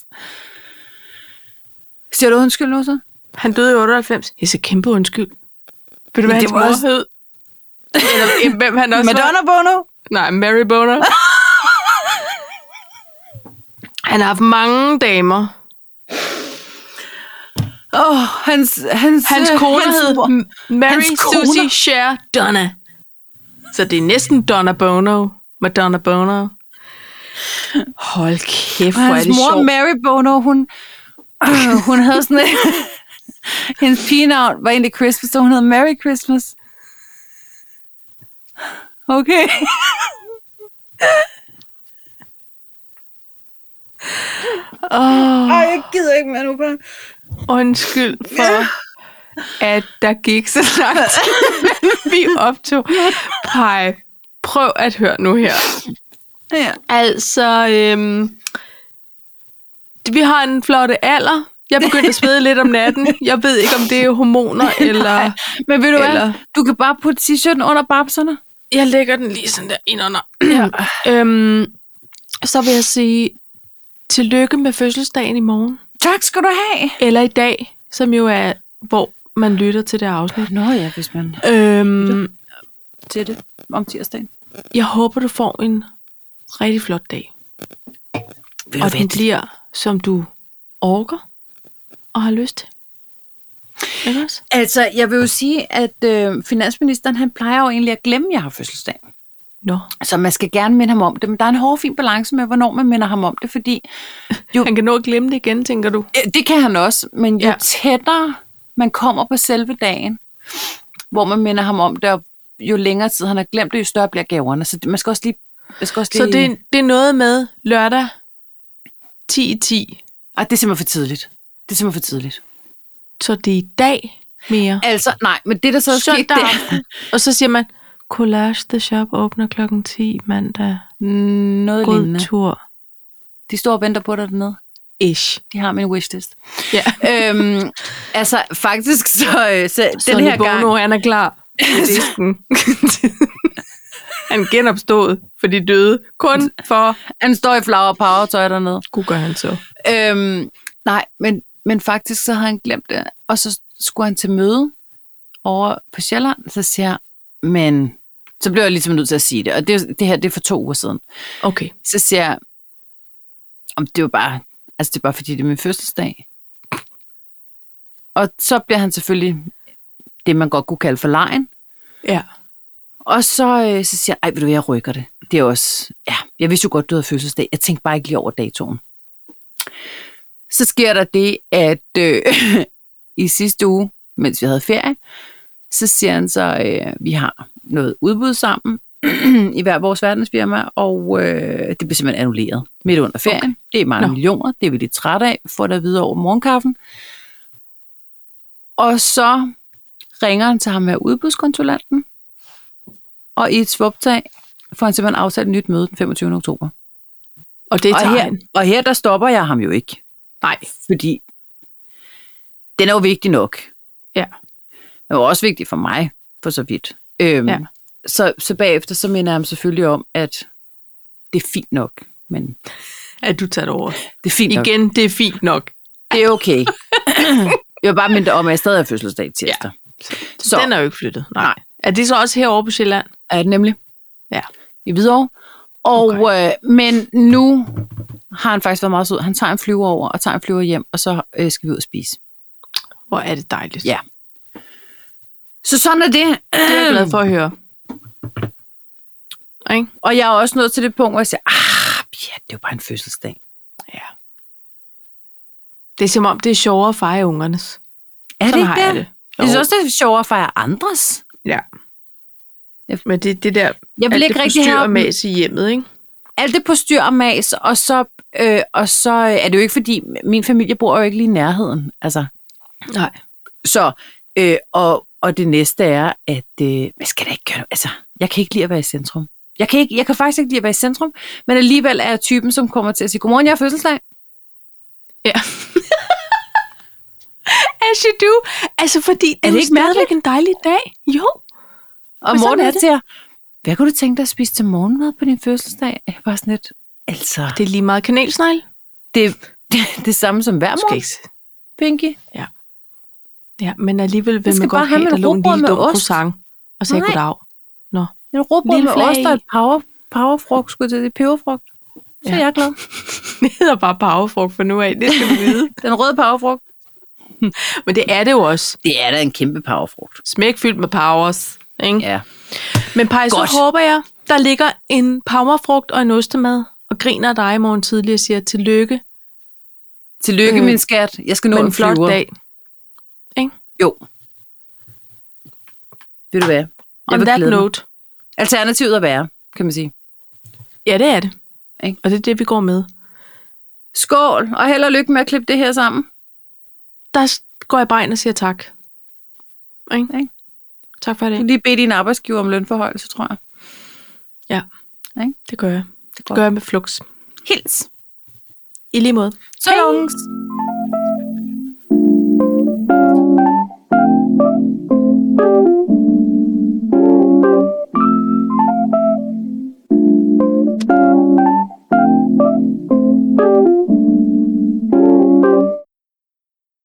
Siger du undskyld nu så? Han døde i 98. Det er så kæmpe undskyld. Ved du, Men hvad det hans var mor også- hed? Eller øh, hvem han også var? Madonna Bono? Nej, Mary Boner. Han har haft mange damer. Åh, oh, hans, hans, Hans øh, kone hed mor. M- Mary Hans kone? Susie Cher Donna. Så det er næsten Donna Bono. Madonna Bono. Hold kæft, Og hvor er hans det mor, sjovt. Mary Bono, hun, øh, hun havde sådan en... [laughs] hendes pigenavn var egentlig Christmas, så hun hed Merry Christmas. Okay. Åh. Ej, jeg gider ikke mere nu. Bare. undskyld for, at der gik så lang tid, [laughs] imellem vi optog. Pej, prøv at høre nu her. Ja. Altså, øhm, vi har en flotte alder. Jeg [laughs] begyndte at svede lidt om natten. Jeg ved ikke, om det er [laughs] hormoner, eller... Men ved du Eller- hvad? Du kan bare putte t-shirten under babserne. Jeg lægger den lige sådan der ind under. øhm, så vil jeg sige, tillykke med fødselsdagen i morgen. [clears throat] Tak skal du have. Eller i dag, som jo er, hvor man lytter til det afsnit. Nå ja, hvis man Øhm, til det om tirsdagen. Jeg håber, du får en rigtig flot dag. Ved Og den bliver, som du orker og har lyst til. Ikke også? Altså, jeg vil jo sige, at øh, finansministeren han plejer jo egentlig at glemme, at jeg har fødselsdag. Nå. Så man skal gerne minde ham om det, men der er en hård, fin balance med, hvornår man minder ham om det, fordi Han kan nå at glemme det igen, tænker du. Ja, det kan han også, men jo Ja. ja. tættere man kommer på selve dagen, hvor man minder ham om det, og jo længere tid han har glemt det, jo større bliver gaverne. Så det, man skal også lige... Man skal også Så lige det, er- det er noget med lørdag 10 i 10. Ej, det er simpelthen for tidligt. Det er simpelthen for tidligt. Så det er i dag mere. Altså, nej, men det der så er sket, Søndag det aften. Og så siger man, Collage The Shop åbner klokken 10 mandag. er noget God lignende. tur. De står og venter på dig dernede. Ish. De har min wishlist. Ja. øhm, altså, faktisk så, øh, så den Sonny her gang... Bono, han er [laughs] klar i disken. han genopstod for de døde. Kun for... Han står i flower power tøj dernede. Gud gør han så. Øhm, nej, men, men faktisk så havde han glemt det, og så skulle han til møde over på Sjælland, så siger jeg, men så blev jeg ligesom nødt til at sige det, og det, det her, det er for to uger siden. Okay. Så siger jeg, om det var bare, altså det er bare fordi, det er min fødselsdag. Og så bliver han selvfølgelig det, man godt kunne kalde for lejen. Ja. Og så, øh, så siger jeg, ej, ved du hvad, jeg rykker det. Det er også, ja, jeg vidste jo godt, du havde fødselsdag. Jeg tænkte bare ikke lige over datoen. Så sker der det, at øh, [laughs] i sidste uge, mens vi havde ferie, så siger han så, øh, vi har noget udbud sammen [clears throat] i hver vores verdensfirma, og øh, det bliver simpelthen annulleret midt under ferien. Okay. Det er mange Nå. Nå. millioner, det er vi lidt trætte af, får der videre over morgenkaffen. Og så ringer han til ham her udbudskonsulenten, og i et svuptag får han simpelthen aftalt et nyt møde den 25. oktober. Og det er Og her, tegn. og her der stopper jeg ham jo ikke, Nej. fordi den er jo vigtig nok. Ja. Den er jo også vigtig for mig, for så vidt. Øhm, Ja. så, så bagefter så minder jeg ham selvfølgelig om, at det er fint nok, men at du tager det over. det er fint nok. Igen, det er fint nok. Det er okay. jeg vil bare minde dig om, at jeg stadig har fødselsdag tirsdag. Så. Den er jo ikke flyttet. Nej. Nej. Er det så også herovre på Sjælland? er det nemlig. Ja. I Hvidovre. Og, okay. øh, men nu har han faktisk været meget sød. Han tager en flyver over, og tager en flyver hjem, og så øh, skal vi ud og spise. Hvor er det dejligt. Ja. Så sådan er det. Det er jeg glad for at høre. Ikke? Og jeg er også nået til det punkt, hvor jeg siger, ah, ja, det er jo bare en fødselsdag. Ja. Det er som om, det er sjovere at fejre ungernes. Er det Sådan ikke har jeg det? det. Jeg synes Jo. også, det er sjovere at fejre andres. Ja. Men det, det der, Jeg vil alt ikke det rigtig have forstyrrer dem- mas i hjemmet, ikke? alt det på styr og mas, og så, øh, og så er det jo ikke, fordi min familie bor jo ikke lige i nærheden. Altså. Nej. Så, øh, og, og det næste er, at øh, man skal da ikke gøre noget. Altså, jeg kan ikke lide at være i centrum. Jeg kan, ikke, jeg kan faktisk ikke lide at være i centrum, men alligevel er jeg typen, som kommer til at sige, godmorgen, jeg har fødselsdag. Ja. As you do. Altså, fordi det er, det det ikke ikke stadigvæk en dejlig dag. Jo. Og Men sådan Morten er er det. til jer, hvad kunne du tænke dig at spise til morgenmad på din fødselsdag? Jeg er bare sådan lidt, altså, Det er lige meget kanelsnegl. det, det, [laughs] det er det samme som hver morgen, ikke. s- Pinky. Ja, men alligevel vil skal man bare godt have have, med der lå en rugbrød lille med dum ost. croissant og sagde Nej. goddag. [laughs] En råbrød Lille med flag ost og i. et power, powerfrugt, skulle jeg til det peberfrugt. Så Ja. er jeg glad. Det hedder bare powerfrugt for nu af, det skal du vide. Den røde powerfrugt. [laughs] men det er det jo også. Det er da en kæmpe powerfrugt. Smæk fyldt med powers. Ikke? Ja. Men Paj, så Godt. håber jeg, der ligger en powerfrugt og en ostemad og griner af dig i morgen tidlig og siger tillykke Tillykke, Øh, min skat. Jeg skal nå med en en flot flyver. dag. Jo. Ved du hvad? Jeg On vil that glæde mig. note. Alternativet at være, kan man sige. Ja, det er det. Ikke? Og det er det, vi går med. Skål, og held og lykke med at klippe det her sammen. Der s- går jeg bare ind og siger tak. Ikke? Ikke? Mm. Tak for Du kan det. lige bede din arbejdsgiver om lønforhøjelse, tror jeg. Det gør jeg. Det Det gør jeg med flux. Hils. I lige måde. Så longs.